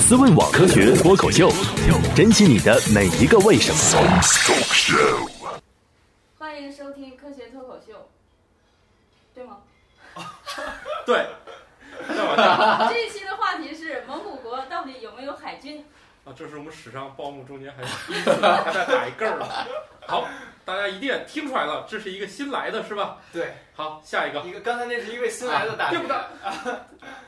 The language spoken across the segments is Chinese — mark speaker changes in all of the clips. Speaker 1: 思问网科学脱口秀，珍惜你的每一个为什么。
Speaker 2: 欢迎收听科学脱口秀，对 吗？
Speaker 3: 对，
Speaker 2: 这一期的话题是蒙古国到底有没有海军？
Speaker 3: 啊，这是我们史上报幕中间还第一次还在打一个儿了。好，大家一定听出来了，这是一个新来的是吧？
Speaker 4: 对，
Speaker 3: 好，下一个
Speaker 4: 一个刚才那是一位新来的大
Speaker 3: 对不对？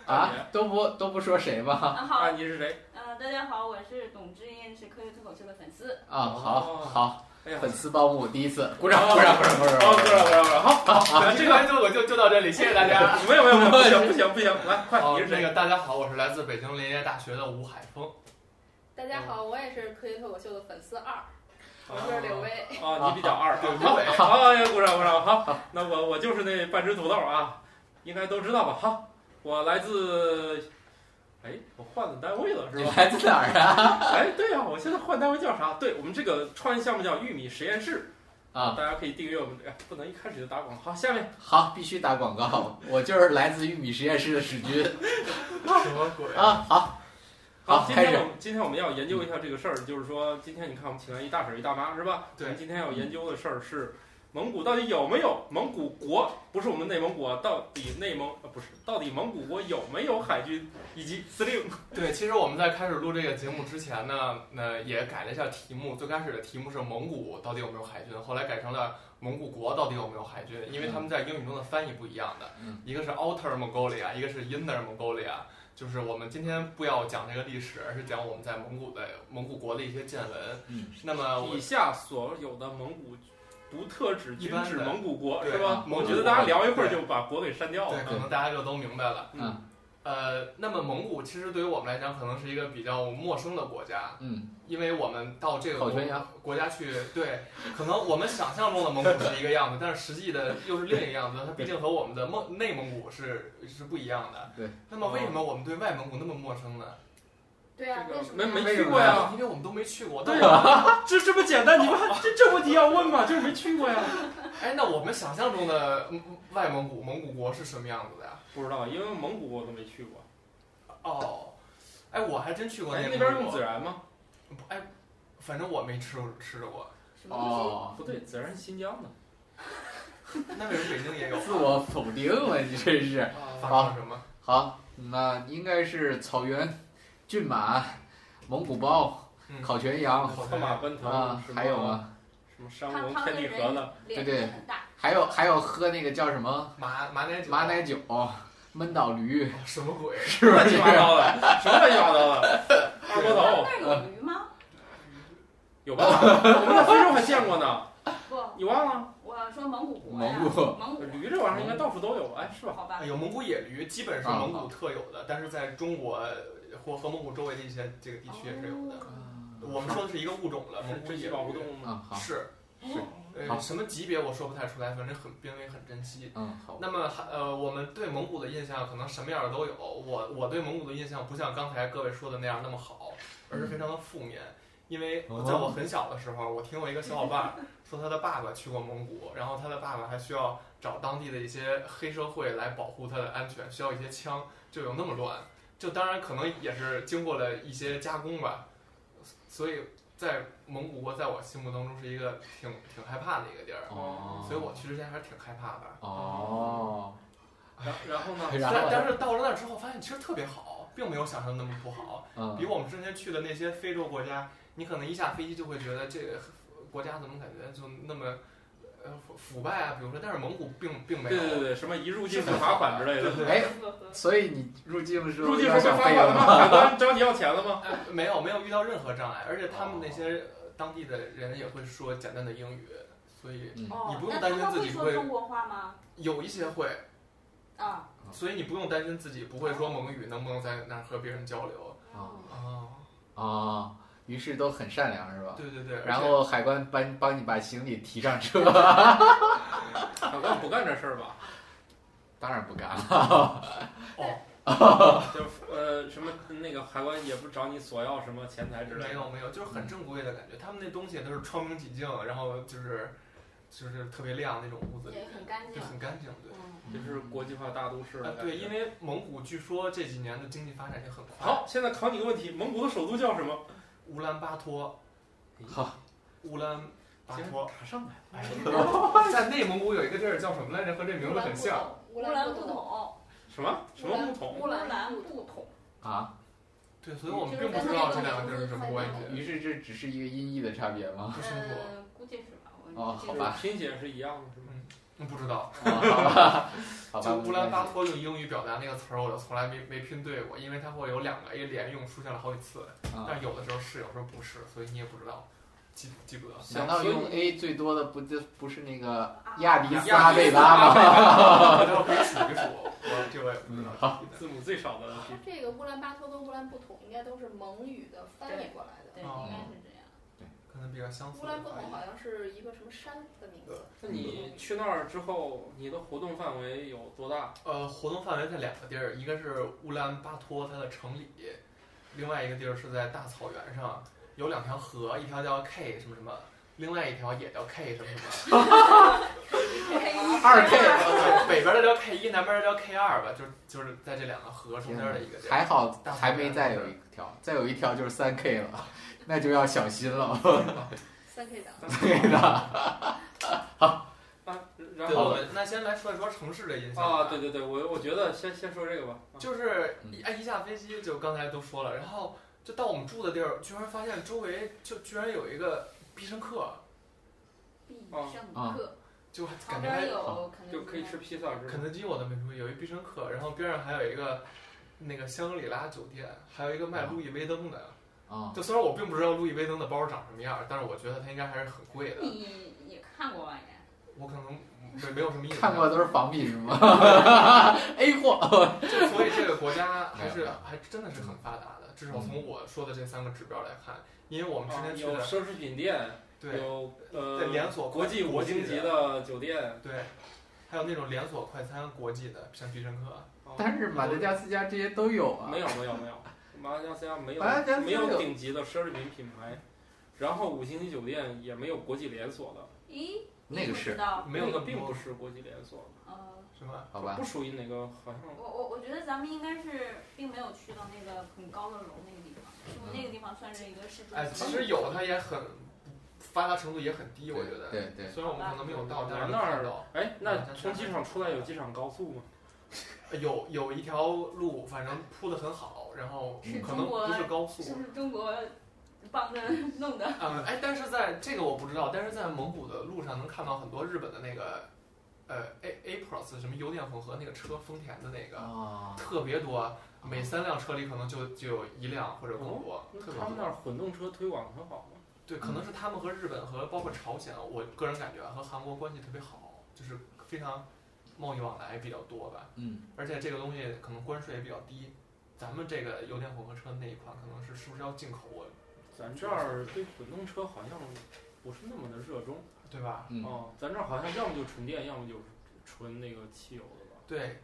Speaker 5: 啊，都不都不说谁吗？
Speaker 2: 啊好
Speaker 3: 啊，，你是谁？
Speaker 2: 呃，大家好，我是董知音，是科学脱口秀的粉丝。
Speaker 5: 啊，好
Speaker 3: 哦
Speaker 5: 好，
Speaker 3: 哎呀，
Speaker 5: 粉丝报幕第一次，鼓掌鼓掌鼓掌鼓
Speaker 3: 哦，
Speaker 5: 掌！
Speaker 3: 不是不是不是，好，
Speaker 4: 啊，
Speaker 3: 这
Speaker 4: 这
Speaker 3: 个
Speaker 4: 个脱口秀就到这里，谢谢大家。
Speaker 3: 没有没有没有，不 行不行不行，来快，
Speaker 4: 哦
Speaker 3: 你，是
Speaker 4: 那
Speaker 3: 谁？
Speaker 4: 个大家好，我是来自北京林业大学的吴海峰。
Speaker 6: 大家好，我也是科学脱口秀的粉丝二，我是
Speaker 3: 啊
Speaker 6: 柳薇。
Speaker 5: 哦
Speaker 3: 啊，你比较二，
Speaker 4: 对
Speaker 3: 好
Speaker 4: 对对，
Speaker 3: 好，哎呀，鼓掌鼓掌，好，那我我就是那半只土豆啊，应该都知道吧？好，我来自，哎，我换了单位了是
Speaker 5: 你
Speaker 3: 吧？
Speaker 5: 来自哪儿啊？
Speaker 3: 哎，对呀、我现在换单位叫啥？对我们这个创业项目叫玉米实验室
Speaker 5: 啊，
Speaker 3: 大家可以订阅我们这个。哎不能一开始就打广告。好，下面
Speaker 5: 好，必须打广告，我就是来自玉米实验室的史军
Speaker 4: 什么鬼？
Speaker 5: 啊。好，
Speaker 3: 好，
Speaker 5: 好
Speaker 3: 今
Speaker 5: 开
Speaker 3: 天
Speaker 5: 始
Speaker 3: 我们今天我们要研究一下这个事儿，就是说，今天你看我们请来一大婶儿一大妈是吧？
Speaker 4: 对
Speaker 3: 我们今天要研究的事儿是蒙古到底有没有蒙古国？不是我们内蒙古啊，到底内蒙呃不是，到底蒙古国有没有海军以及司令？
Speaker 4: 对，其实我们在开始录这个节目之前呢，呃，也改了一下题目。最开始的题目是蒙古到底有没有海军，后来改成了蒙古国到底有没有海军，因为他们在英语中的翻译不一样的，
Speaker 5: 嗯
Speaker 4: 一个是 Outer Mongolia，一个是 Inner Mongolia。就是我们今天不要讲这个历史，而是讲我们在蒙古的蒙古国的一些见闻。
Speaker 5: 嗯，
Speaker 4: 那么啊我
Speaker 3: 以下所有的蒙古独特指
Speaker 4: 一
Speaker 3: 均
Speaker 4: 般的
Speaker 3: 指蒙古国
Speaker 4: 对啊
Speaker 3: 是吧？
Speaker 4: 蒙
Speaker 3: 我
Speaker 4: 古
Speaker 3: 觉得大家聊一会儿
Speaker 4: 对
Speaker 3: 就把国给删掉了啊
Speaker 4: 对，。哦可能大家就都明白了。
Speaker 5: 嗯
Speaker 4: 呃，那么蒙古其实对于我们来讲，可能是一个比较陌生的国家，
Speaker 5: 嗯，
Speaker 4: 因为我们到这个
Speaker 5: 烤
Speaker 4: 国
Speaker 5: 全羊
Speaker 4: 国家去，对，可能我们想象中的蒙古是一个样子，但是实际的又是另一个样子，它毕竟和我们的蒙内蒙古是是不一样的。
Speaker 5: 对。
Speaker 4: 那么为什么我们对外蒙古那么陌生呢？
Speaker 3: 哦
Speaker 6: 对啊，
Speaker 3: 这个
Speaker 6: 为什么呀
Speaker 3: 没
Speaker 5: 为
Speaker 3: 去
Speaker 5: 什
Speaker 3: 过
Speaker 5: 么
Speaker 3: 呀
Speaker 5: 呀？
Speaker 4: 因为我们都没去过。
Speaker 3: 对
Speaker 4: 呀、
Speaker 5: 啊
Speaker 3: 这这么 简单，你们还这这问题要问吗？就是没去过呀。
Speaker 4: 哎，那我们想象中的嗯外蒙古蒙古国是什么样子的呀？
Speaker 3: 不知道，因为蒙古我都没去过。
Speaker 4: 哦，哎，我还真去过
Speaker 3: 哎，那
Speaker 4: 个
Speaker 3: 边
Speaker 4: 蒙
Speaker 3: 用
Speaker 4: 古
Speaker 3: 孜然吗？
Speaker 4: 不哎，反正我没吃吃过。
Speaker 6: 什么东西？
Speaker 5: 哦，
Speaker 3: 不对，孜然是新疆的。
Speaker 4: 那为什么北京也有？
Speaker 5: 自我否定了，你真是。
Speaker 4: 发
Speaker 6: 啊
Speaker 4: 生了什么？
Speaker 5: 好，那应该是草原、骏马、蒙古包、
Speaker 4: 嗯
Speaker 5: 烤全 羊
Speaker 4: 好
Speaker 3: 策马奔腾
Speaker 5: 啊，还有
Speaker 3: 啊，
Speaker 5: 啊，
Speaker 3: 什么山
Speaker 2: 他
Speaker 3: 龙
Speaker 2: 他
Speaker 3: 天
Speaker 2: 们
Speaker 3: 地
Speaker 2: 的
Speaker 3: 合
Speaker 2: 人
Speaker 3: 了，
Speaker 2: 脸
Speaker 5: 对对
Speaker 2: 很大，
Speaker 5: 还有还有喝那个叫什么
Speaker 4: 马马奶酒，
Speaker 5: 马奶酒、闷倒驴，
Speaker 4: 什么鬼？
Speaker 5: 是不
Speaker 3: 乱七
Speaker 5: 是？
Speaker 3: 八 糟的，什么乱七八糟的？二锅
Speaker 2: 那
Speaker 3: 头
Speaker 5: 哦
Speaker 2: 那儿有鱼吗？
Speaker 3: 有吧？我们在非洲还见过呢，
Speaker 2: 不，
Speaker 3: 你忘了？
Speaker 2: 我要说蒙古国呀，
Speaker 5: 哦蒙古
Speaker 2: 蒙古，
Speaker 3: 驴这玩意儿应该到处都有，哎，是吧？
Speaker 2: 好吧？
Speaker 4: 有蒙古野驴，基本是蒙古特有的，但是在中国或和蒙古周围的一些这个地区也是有
Speaker 6: 哦
Speaker 2: 哦
Speaker 4: 的。啊我们说的是一个物种了，
Speaker 5: 嗯
Speaker 3: 是
Speaker 4: 蒙古
Speaker 3: 珍
Speaker 4: 野
Speaker 3: 稀保护动
Speaker 4: 驴
Speaker 3: 物
Speaker 5: 啊，
Speaker 3: 吗？
Speaker 5: 好，
Speaker 4: 是
Speaker 2: 哦
Speaker 3: 是
Speaker 4: 呃
Speaker 5: 好
Speaker 4: 什么级别我说不太出来，反正很濒危，很珍惜。
Speaker 5: 嗯，好，
Speaker 4: 那么还呃，我们对蒙古的印象可能什么样的都有。我我对蒙古的印象不像刚才各位说的那样那么好，而是非常的负面。因为
Speaker 5: 哦
Speaker 4: 在我很小的时候，我听我一个小伙伴儿说他的爸爸去过蒙古，然后他的爸爸还需要找当地的一些黑社会来保护他的安全，需要一些枪，就有那么乱。这当然可能也是经过了一些加工吧，所以在蒙古国在我心目当中是一个挺挺害怕的一个地儿，啊
Speaker 5: 哦，
Speaker 4: 所以我去之前还是挺害怕的。
Speaker 5: 哦，
Speaker 3: 然然后呢？
Speaker 5: 然
Speaker 4: 但
Speaker 5: 后
Speaker 4: 但
Speaker 5: 呢
Speaker 4: 是到了那儿之后，发现其实特别好，并没有想象的那么不好。比
Speaker 5: 嗯，
Speaker 4: 我们之前去的那些非洲国家，你可能一下飞机就会觉得这个国家怎么感觉就那么呃腐腐败啊？比如说，但是蒙古并并没
Speaker 3: 对
Speaker 4: 有。
Speaker 3: 对对对，什么一入境就罚款之类的。
Speaker 4: 对
Speaker 5: 哎，
Speaker 2: 呵呵
Speaker 5: 所以你入境的时候
Speaker 3: 入境
Speaker 5: 要
Speaker 3: 时
Speaker 5: 想哦
Speaker 3: 候罚
Speaker 5: 费
Speaker 3: 款了
Speaker 5: 用
Speaker 3: 吗？
Speaker 5: 吗？
Speaker 3: 海关找你要钱了吗？
Speaker 4: 哎没有没有遇到任何障碍，而且他们那些呃当地的人也会说简单的英语，所以
Speaker 2: 哦
Speaker 4: 你不用
Speaker 2: 那
Speaker 4: 担
Speaker 2: 他
Speaker 4: 心
Speaker 2: 们
Speaker 4: 自
Speaker 2: 会
Speaker 4: 己
Speaker 2: 说
Speaker 4: 会
Speaker 2: 中国话吗？
Speaker 4: 有一些会，
Speaker 2: 啊，
Speaker 4: 所以你不用担心自己不会说蒙语，能不能在那儿和别人交流。
Speaker 5: 哦
Speaker 4: 哦，
Speaker 5: 哦，于是都很善良是吧？
Speaker 4: 对对对，而
Speaker 5: 然
Speaker 4: 且
Speaker 5: 后海关帮帮你把行李提上车，
Speaker 3: 海关不干这事儿吧？
Speaker 5: 当然不干了。
Speaker 4: 哦
Speaker 3: 就是呃什么那个海关也不找你索要什么钱财之类
Speaker 4: 没
Speaker 3: 的。
Speaker 4: 有没有，就是很正规的感觉。他们那东西都是窗明几净，然后就是就是特别亮那种屋子里
Speaker 6: 也，很干
Speaker 4: 就
Speaker 6: 净。
Speaker 4: 很干净，对。
Speaker 6: 嗯，
Speaker 3: 就是国际化大都市
Speaker 4: 啊
Speaker 3: 的，感
Speaker 4: 对，
Speaker 3: 觉
Speaker 4: 因为蒙古据说这几年的经济发展也很快。
Speaker 3: 好，现在考你个问题：蒙古的首都叫什么？
Speaker 4: 乌兰巴托，哎
Speaker 5: 好，
Speaker 4: 乌兰巴托，
Speaker 5: 打上来。
Speaker 4: 哎， 在内蒙古有一个地儿叫什么来着？和这名字很像，
Speaker 2: 乌
Speaker 6: 乌
Speaker 2: 兰
Speaker 6: 兰
Speaker 2: 布
Speaker 6: 布统，
Speaker 2: 统，
Speaker 3: 什么什么木桶？
Speaker 6: 乌兰布
Speaker 2: 布统，
Speaker 5: 啊，
Speaker 4: 对，所以我们并不知道这两个地儿是什么关系。
Speaker 5: 于是这只是一个音译的差别吗？
Speaker 4: 不清楚，
Speaker 6: 呃
Speaker 2: 嗯，估计是吧？我
Speaker 5: 哦
Speaker 3: 啊
Speaker 2: 估计
Speaker 5: 好
Speaker 2: 是
Speaker 5: 吧
Speaker 3: 拼写是一样的，是吗？
Speaker 4: 嗯不知道。
Speaker 5: 啊好吧， 好吧
Speaker 4: 就乌兰巴托用英语表达那个词儿，我就从来没没拼对过，因为它会有两个 A 连用出现了好几次，
Speaker 5: 啊，
Speaker 4: 但有的时候是，有时候不是，所以你也不知道，记不记不 得。
Speaker 5: 难道
Speaker 3: 所以
Speaker 5: 嗯用 A 最多的不就不是那个
Speaker 2: 啊
Speaker 5: 亚迪斯
Speaker 3: 亚
Speaker 5: 拉
Speaker 3: 历
Speaker 5: 贝
Speaker 3: 山
Speaker 5: 拉吗？
Speaker 4: 我待会儿可以数一数，我这我也不知道。
Speaker 5: 好
Speaker 3: 字母最少的问题
Speaker 6: 它。这个乌兰巴托跟乌兰布统应该都是蒙语的翻译过来的。
Speaker 2: 对，
Speaker 4: 哦
Speaker 2: 应该是这样。
Speaker 4: 可能比较相似
Speaker 6: 乌
Speaker 4: 的翻
Speaker 6: 兰
Speaker 4: 译。
Speaker 6: 布统好像是一个什么山的名字。
Speaker 3: 那你去那儿之后，你的活动范围有多大？
Speaker 4: 呃，活动范围在两个地儿，一个是乌兰巴托它的城里，另外一个地儿是在大草原上，有两条河，一条叫 K 什么什么，另外一条也叫 K 什么什么。
Speaker 5: 二 K
Speaker 2: 啊
Speaker 4: 对，北边的叫 K 一，南边的叫 K 二吧，就是就是在这两个河中
Speaker 5: 天
Speaker 4: 间
Speaker 5: 哪
Speaker 4: 的一个地儿。
Speaker 5: 还好还没再有一条，再有一条就是三 K 了，那就要小心了。
Speaker 6: 三 K 党，
Speaker 5: 对的，
Speaker 3: 啊，然
Speaker 4: 对，我哦
Speaker 3: 后
Speaker 4: 们那先来说一说城市的印象
Speaker 3: 啊，
Speaker 4: 吧
Speaker 3: 对对对，我我觉得先先说这个吧。啊
Speaker 4: 就是一哎一下飞机就刚才都说了，然后就到我们住的地儿，居然发现周围就居然有一个必胜客，
Speaker 2: 必
Speaker 3: 哦
Speaker 2: 胜
Speaker 5: 啊
Speaker 2: 客，
Speaker 4: 就
Speaker 2: 旁
Speaker 4: 感觉还
Speaker 2: 边有肯德基
Speaker 3: 就可以吃披萨是
Speaker 4: 肯
Speaker 3: 吗？
Speaker 4: 德基我倒没注意，有一必胜客，然后边上还有一个那个香格里拉酒店，还有一个卖路易威登的。
Speaker 5: 啊，
Speaker 4: 就虽然我并不知道路易威登的包长什么样，但是我觉得它应该还是很贵的。
Speaker 2: 你也看过吧？也
Speaker 4: 我可能没没有什么印象，
Speaker 5: 看过都是仿品是吗？A 货，
Speaker 4: 就 所以这个国家还
Speaker 5: 没
Speaker 4: 是
Speaker 5: 有嗯
Speaker 4: 还真的是很发达的，至少从我说的这三个指标来看，因为我们之
Speaker 3: 啊，
Speaker 4: 前去
Speaker 3: 有
Speaker 4: 的
Speaker 3: 奢侈品店，
Speaker 4: 对
Speaker 3: 有呃
Speaker 4: 在连锁
Speaker 3: 国际五
Speaker 4: 国际
Speaker 3: 星级
Speaker 4: 啊
Speaker 3: 的酒店，
Speaker 4: 对，还有那种连锁快餐国际的，像必胜客，
Speaker 3: 啊
Speaker 5: 但是马达加斯加这些都有啊
Speaker 3: 没。有没有没有，马达加斯加没有
Speaker 5: 马达加斯加
Speaker 3: 没有
Speaker 5: 有
Speaker 3: 顶级的奢侈品品牌，然后五星级酒店也没有国际连锁的，
Speaker 2: 咦，
Speaker 5: 那个
Speaker 2: 你不
Speaker 5: 是
Speaker 2: 知道，
Speaker 4: 没有
Speaker 3: 那
Speaker 4: 那
Speaker 3: 个
Speaker 4: 么
Speaker 3: 并不
Speaker 4: 多
Speaker 3: 是国际连锁的，
Speaker 2: 呃，
Speaker 4: 是吧？
Speaker 5: 好吧
Speaker 3: 不，属于哪个好像
Speaker 2: 我我我觉得咱们应该是并没有去到那个很高的楼那个地方，是不是那个地方算是一个市中
Speaker 4: 哎，其
Speaker 2: 心？
Speaker 4: 实有它也很发达程度也很低，我觉得。
Speaker 5: 对对，
Speaker 4: 虽然我们可能没有到，但是
Speaker 3: 那儿
Speaker 4: 看到
Speaker 3: 哎，那从机场出来有机场高速吗？
Speaker 4: 有有一条路，反正铺的很好，然后
Speaker 5: 是
Speaker 4: 可能
Speaker 2: 中国
Speaker 4: 不是高速
Speaker 2: 是不是中国帮着弄 的？
Speaker 4: 啊，哎，但是在这个我不知道，但是在蒙古的路上能看到很多日本的那个呃 A A Plus 什么油电混合那个车，丰田的那个
Speaker 5: 啊，
Speaker 4: 特别多，每三辆车里可能就就有一辆或者更多，特别
Speaker 3: 他哦们那嗯
Speaker 4: 多。
Speaker 3: 儿混动车推广很好吗？
Speaker 4: 对，可能是他们和日本和包括朝鲜，我个人感觉啊和韩国关系特别好，就是非常贸易往来比较多吧。
Speaker 5: 嗯，
Speaker 4: 而且这个东西可能关税也比较低，咱们这个油电混合车那一款可能是是不是要进口啊，
Speaker 3: 咱这儿对混动车好像不是那么的热衷
Speaker 4: 对吧？
Speaker 5: 嗯
Speaker 3: 哦，咱这儿好像要么就纯电，要么就纯那个汽油的吧。
Speaker 4: 对，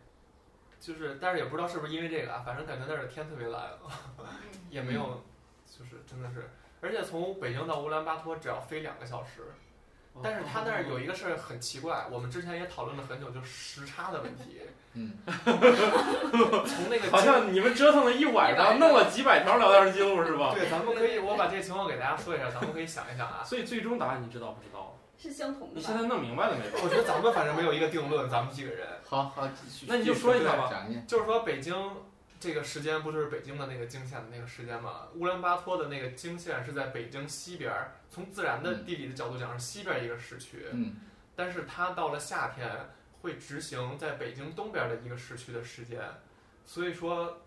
Speaker 4: 就是但是也不知道是不是因为这个啊，反正感觉那儿的天特别蓝，
Speaker 2: 嗯
Speaker 4: 也没有，就是真的是，而且从北京到乌兰巴托只要飞两个小时，
Speaker 3: 哦
Speaker 4: 但是他那儿有一个事儿很奇怪，我们之前也讨论了很久，就是时差的问题。
Speaker 5: 嗯，
Speaker 4: 从那个
Speaker 3: 好像你们折腾了一晚上，弄了几百条聊天记录是吧？
Speaker 4: 对，咱们可以，我把这个情况给大家说一下，咱们可以想一想啊。
Speaker 3: 所以最终答案你知道不知道？
Speaker 2: 是相同
Speaker 3: 你
Speaker 2: 的
Speaker 3: 现
Speaker 2: 吧？
Speaker 3: 在弄明白了没有？
Speaker 4: 我觉得咱们反正没有一个定论，咱们几个人。
Speaker 5: 好好，继续
Speaker 3: 那你就说一下吧
Speaker 5: 讲一下，嗯
Speaker 4: 就是说北京这个时间不就是北京的那个经线的那个时间吗？乌兰巴托的那个经线是在北京西边儿，从自然的地理的角度讲是西边儿一个市区，
Speaker 5: 嗯，
Speaker 4: 但是它到了夏天会执行在北京东边儿的一个市区的时间，所以说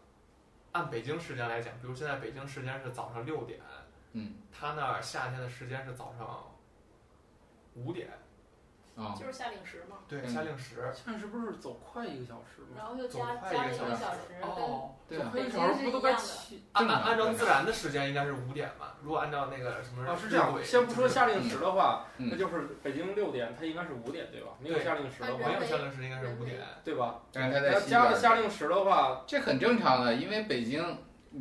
Speaker 4: 按北京时间来讲，比如现在北京时间是早上六点，
Speaker 5: 嗯，
Speaker 4: 它那儿夏天的时间是早上五点，
Speaker 5: 啊，
Speaker 6: 就是夏令时嘛，
Speaker 4: 对，
Speaker 5: 嗯
Speaker 4: 夏令时，
Speaker 3: 现在是不是走快一个小时吗？
Speaker 6: 然后又
Speaker 4: 走
Speaker 6: 加
Speaker 4: 快
Speaker 6: 加了
Speaker 4: 一
Speaker 6: 一
Speaker 4: 个
Speaker 6: 个
Speaker 4: 小
Speaker 6: 小
Speaker 4: 时
Speaker 6: 时，跟
Speaker 3: 哦，
Speaker 5: 对啊
Speaker 3: 快一个小时不都该七？
Speaker 4: 按
Speaker 5: 正
Speaker 4: 按
Speaker 5: 常
Speaker 4: 按照
Speaker 5: 正
Speaker 4: 自然的时间应该是五点吧？如果按照那个什么
Speaker 3: 啊，是这样。先不说夏令时的话，
Speaker 5: 嗯
Speaker 3: 那就是北京六点，它应该是五点对吧？没有
Speaker 4: 对
Speaker 3: 夏令时的
Speaker 4: 没
Speaker 3: 话，
Speaker 4: 有夏令时应该是五点，
Speaker 3: 对吧？
Speaker 5: 但是他
Speaker 3: 那
Speaker 5: 在西边
Speaker 3: 加
Speaker 5: 儿
Speaker 3: 了夏令时的话，
Speaker 5: 这很正常的，因为北京，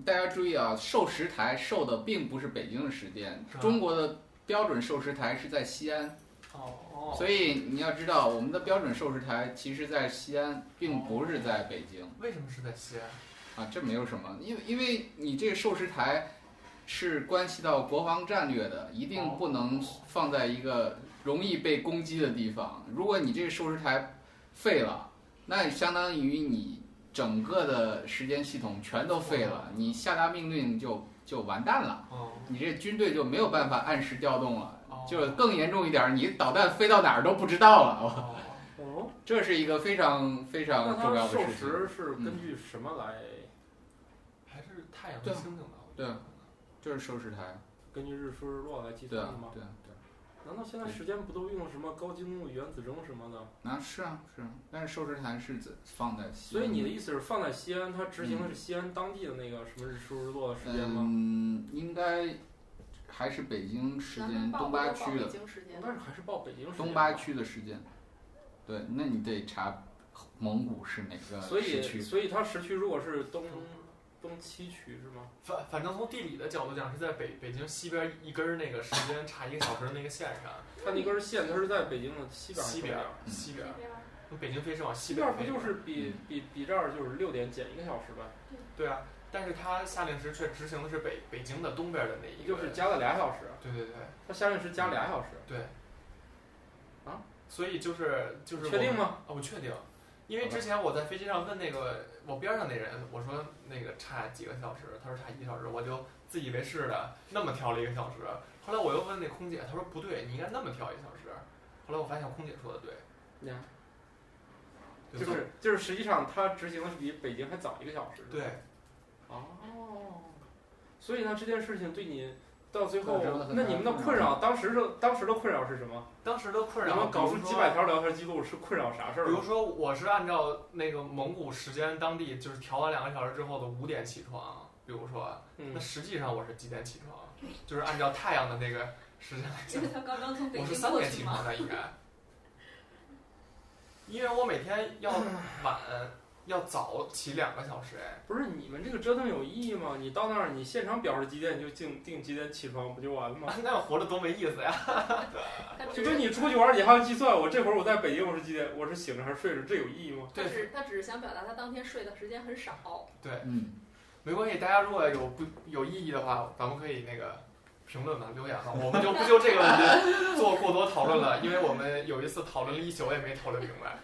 Speaker 5: 大家注意啊，授时台授的并不是北京的时间
Speaker 4: 是吧，
Speaker 5: 中国的标准授时台是在西安，
Speaker 4: 哦
Speaker 5: 所以你要知道，我们的标准售食台其实在西安， 并不是在北京
Speaker 4: 为什么是在西安？
Speaker 5: 啊，这没有什么，因为因为你这个售食台是关系到国防战略的，一
Speaker 4: 哦
Speaker 5: 定不能放在一个容易被攻击的地方。如果你这个售食台废了，那相当于你整个的时间系统全都废了，你下达命令就就完蛋了，
Speaker 4: 哦
Speaker 5: 你这军队就没有办法按时调动了。
Speaker 4: 哦
Speaker 5: 就更严重一点，你导弹飞到哪儿都不知道了。
Speaker 4: 哦
Speaker 3: 哦，
Speaker 5: 这是一个非常非
Speaker 3: 那
Speaker 5: 常重
Speaker 3: 它
Speaker 5: 要的
Speaker 3: 授
Speaker 5: 事情。嗯
Speaker 3: 时是根据什么来？
Speaker 4: 还是太阳和
Speaker 5: 对啊
Speaker 4: 星星吧？我觉
Speaker 5: 对
Speaker 4: 得
Speaker 5: 啊就是收视台，
Speaker 3: 根据日出日落来计
Speaker 5: 对
Speaker 3: 算的
Speaker 5: 啊
Speaker 3: 吗，？
Speaker 5: 对啊，对啊。
Speaker 3: 难道现在时间不都用什么高精度原子钟什么的？
Speaker 5: 那、是啊是啊，但是收视台是怎放在西
Speaker 3: 所
Speaker 5: 安？
Speaker 3: 以你的意思是放在西安，它执行的是西安当地的那个什么日出日落的时间吗？
Speaker 5: 嗯，应该还是北京时
Speaker 6: 咱
Speaker 5: 间
Speaker 6: 们报
Speaker 5: 东八
Speaker 6: 都报
Speaker 5: 区
Speaker 6: 北
Speaker 5: 的啊
Speaker 6: 京时间
Speaker 3: 应该是还是报北京时间吧
Speaker 5: 嗯东八。区的时间。对，那你得查蒙古是哪
Speaker 3: 所
Speaker 5: 个时
Speaker 3: 以，
Speaker 5: 区。
Speaker 3: 所以它时区如果是东东七区是吗？
Speaker 4: 反反正从地理的角度讲，是在北北京西边一根儿那个时间差一个小时的那个线 上，
Speaker 3: 它那根线它是在北京的西边。
Speaker 4: 西边儿。，
Speaker 5: 嗯
Speaker 4: 西边儿。
Speaker 6: 边儿
Speaker 4: 北京飞是往
Speaker 3: 西
Speaker 4: 西
Speaker 3: 边儿
Speaker 4: 边儿
Speaker 3: 不
Speaker 4: 飞，
Speaker 3: 就是比
Speaker 5: 嗯
Speaker 3: 比比这儿就是六点减一个小时呗？
Speaker 4: 对啊？但是它下令时却执行的是北北京的东边的那一
Speaker 3: 也
Speaker 4: 个，
Speaker 3: 就是加了俩小时，
Speaker 4: 对对对
Speaker 3: 它相应是加俩小时，
Speaker 4: 对，
Speaker 3: 啊，
Speaker 4: 所以就是
Speaker 5: 嗯
Speaker 4: 就是
Speaker 3: 确定
Speaker 4: 我们
Speaker 3: 吗？
Speaker 4: 啊，我确定，因为之前我在飞机上问那个我边上那人，我说那个差几个小时，他说差一个小时，我就自以为是的那么调了一个小时。后来我又问那空姐，她说不对，你应该那么调一个小时。后来我发现空姐说的对，
Speaker 5: 嗯
Speaker 3: 你看，
Speaker 4: 对
Speaker 3: 就是就是实际上它执行的是比北京还早一个小时。
Speaker 4: 对，
Speaker 3: 哦，所以呢，这件事情对你到最后
Speaker 5: 造成了，很大的
Speaker 3: 那你们的困
Speaker 5: 困扰
Speaker 3: 扰，当时的当时的困扰是什么？
Speaker 4: 当时的困
Speaker 3: 你
Speaker 4: 扰
Speaker 3: 们搞
Speaker 4: 比
Speaker 3: 出
Speaker 4: 如
Speaker 3: 几
Speaker 4: 说
Speaker 3: 百条聊天记录是困扰啥事儿
Speaker 4: 比如
Speaker 3: 了？
Speaker 4: 说，我是按照那个蒙古时间当地，就是调完两个小时之后的五点起床。比如说，
Speaker 3: 嗯
Speaker 4: 那，实际上我是几点起床？就是按照太阳的那个时间来
Speaker 6: 因
Speaker 4: 讲
Speaker 6: 为，他刚刚从北
Speaker 4: 我是
Speaker 6: 京
Speaker 4: 三
Speaker 6: 过
Speaker 4: 点
Speaker 6: 去
Speaker 4: 起
Speaker 6: 嘛
Speaker 4: 床。的 应该。因为我每天要晚要早起两个小时，哎，
Speaker 3: 不是你们这个折腾有意义吗？你到那儿，你现场表示几点你就定定几点起床，不就完了 吗？
Speaker 4: 那活着多没意思 呀！
Speaker 6: 他
Speaker 3: 就
Speaker 6: 只
Speaker 3: 跟
Speaker 6: 是
Speaker 3: 你出去玩儿，你还要计算我这会儿我在北京我是几点，我是醒着还是睡着，这有意义吗？
Speaker 6: 他
Speaker 4: 对
Speaker 6: 只他只是想表达他当天睡的时间很少。
Speaker 5: 嗯，
Speaker 4: 没关系，大家如果有不有意义的话，咱们可以那个评论嘛，留言嘛，我们就不就这个 问题做过多讨论了，因为我们有一次讨论了一宿也没讨论明白。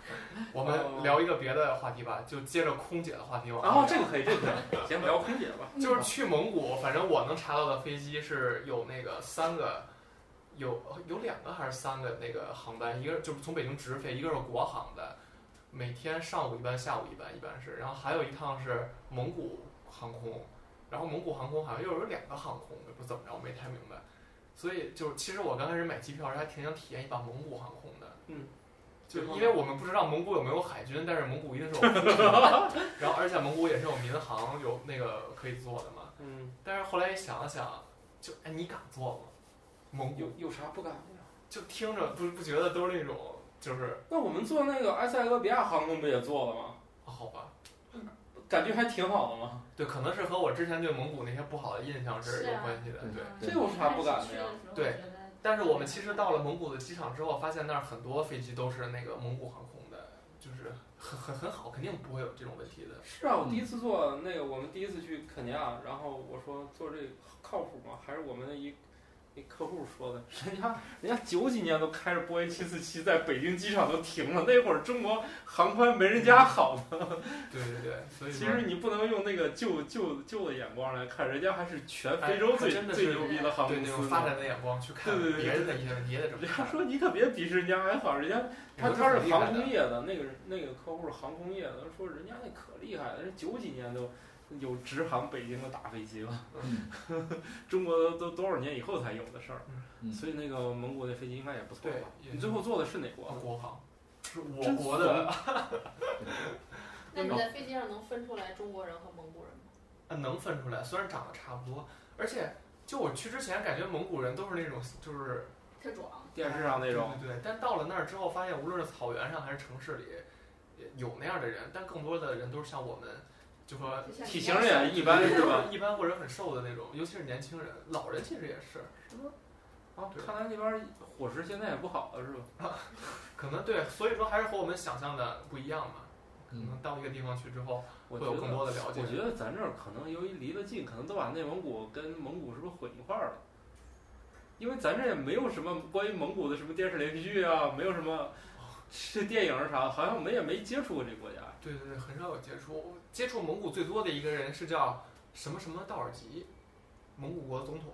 Speaker 4: 我
Speaker 6: 哦
Speaker 4: 们聊一个别的话题吧，就接着空姐的话题往下
Speaker 3: 然
Speaker 4: 聊。
Speaker 3: 后哦这个可以，这个可以，行，聊空姐
Speaker 6: 嗯
Speaker 3: 吧。
Speaker 4: 就是去蒙古，反正我能查到的飞机是有那个三个，有有两个还是三个那个航班，一个就是从北京直飞，一个是国航的，每天上午一班，下午一班，一般是，然后还有一趟是蒙古航空，然后蒙古航空好像又有两个航空，也不怎么着，我没太明白。所以就是，其实我刚开始买机票时还挺想体验一把蒙古航空的，
Speaker 3: 嗯，
Speaker 4: 就
Speaker 3: 然后
Speaker 4: 因
Speaker 3: 呢
Speaker 4: 为我们不知道蒙古有没有海军，但是蒙古一定是有空军的， 然后而且蒙古也是有民航有那个可以坐的嘛，
Speaker 3: 嗯，
Speaker 4: 但是后来想了想，就哎，你敢做吗？蒙
Speaker 3: 有
Speaker 4: 古
Speaker 3: 有啥不敢的？
Speaker 4: 就听着不不觉得都是那种就是
Speaker 3: 那我们坐那个埃塞俄比亚航空不也坐了吗？
Speaker 4: 啊好吧？
Speaker 3: 感觉还挺好的嘛。
Speaker 4: 对，可能是和我之前对蒙古那些不好的印象是
Speaker 6: 是
Speaker 4: 有
Speaker 6: 啊
Speaker 4: 关系的。对，
Speaker 3: 这有啥不敢的呀？
Speaker 4: 对，但是我们其实到了蒙古的机场之后，发现那儿很多飞机都是那个蒙古航空的，就是很很很好，肯定不会有这种问题的。
Speaker 3: 是啊，我
Speaker 4: 嗯
Speaker 3: 第一次坐那个，我们第一次去肯尼亚，然后我说坐这靠谱吗？还是我们的一一客户说的，人家人家九几年都开着波音七四七在北京机场都停了，那会儿中国航宽没人家
Speaker 4: 嗯
Speaker 3: 好呢。
Speaker 4: 对对对，所以
Speaker 3: 其
Speaker 4: 说
Speaker 3: 实你不能用那个旧旧旧的眼光来看，人家还是全非洲
Speaker 4: 哎
Speaker 3: 最、
Speaker 4: 真的是
Speaker 3: 最牛逼的航空公
Speaker 4: 对那
Speaker 3: 司
Speaker 4: 种
Speaker 3: 呢。
Speaker 4: 发展的眼光去看
Speaker 3: 对对对
Speaker 4: 别人的一些问题也得这么
Speaker 3: 人家
Speaker 4: 看。
Speaker 3: 说你可别鄙视人家，还好人家他
Speaker 4: 我
Speaker 3: 他是
Speaker 4: 很厉害
Speaker 3: 航
Speaker 4: 的
Speaker 3: 空业的，那个那个客户是航空业的，他说人家那可厉害了，人家九几年都有直航北京的大飞机了，中国都多少年以后才有的事儿，
Speaker 5: 嗯
Speaker 3: 所以那个蒙古那飞机应该也不错
Speaker 4: 对
Speaker 3: 吧？，
Speaker 4: 也
Speaker 3: 你最后坐的是哪国？啊
Speaker 4: 国航是我
Speaker 3: 真
Speaker 4: 国的。
Speaker 6: 那你在飞机上能分出来中国人和蒙古人吗？
Speaker 4: 啊，能分出来，虽然长得差不多，而且就我去之前感觉蒙古人都是那种就是
Speaker 6: 特壮，
Speaker 3: 电视上那种，
Speaker 4: 对对对，但到了那儿之后，发现无论是草原上还是城市里，也有那样的人，但更多的人都是像我们，就说
Speaker 6: 就像
Speaker 3: 体
Speaker 6: 你
Speaker 3: 型
Speaker 6: 一样
Speaker 3: 也一般是吧？
Speaker 4: 一般或者很瘦的那种，尤其是年轻人，老人其实也是，
Speaker 3: 啊，
Speaker 4: 对
Speaker 3: 看来那边伙食现在也不好了，是吧？
Speaker 4: 可能对，所以说还是和我们想象的不一样嘛。可
Speaker 5: 嗯
Speaker 4: 能到一个地方去之后，
Speaker 3: 我
Speaker 4: 会
Speaker 3: 觉
Speaker 4: 有更
Speaker 3: 得，
Speaker 4: 多的了解
Speaker 3: 我。觉得咱这儿可能由于离得近，可能都把内蒙古跟蒙古是不是混一块儿了？因为咱这也没有什么关于蒙古的什么电视连续剧啊，没有什么是电影儿啥，好像我们也没接触过这国家。
Speaker 4: 对对对，很少有接触。我接触蒙古最多的一个人是叫什么什么道尔吉，蒙古国总统，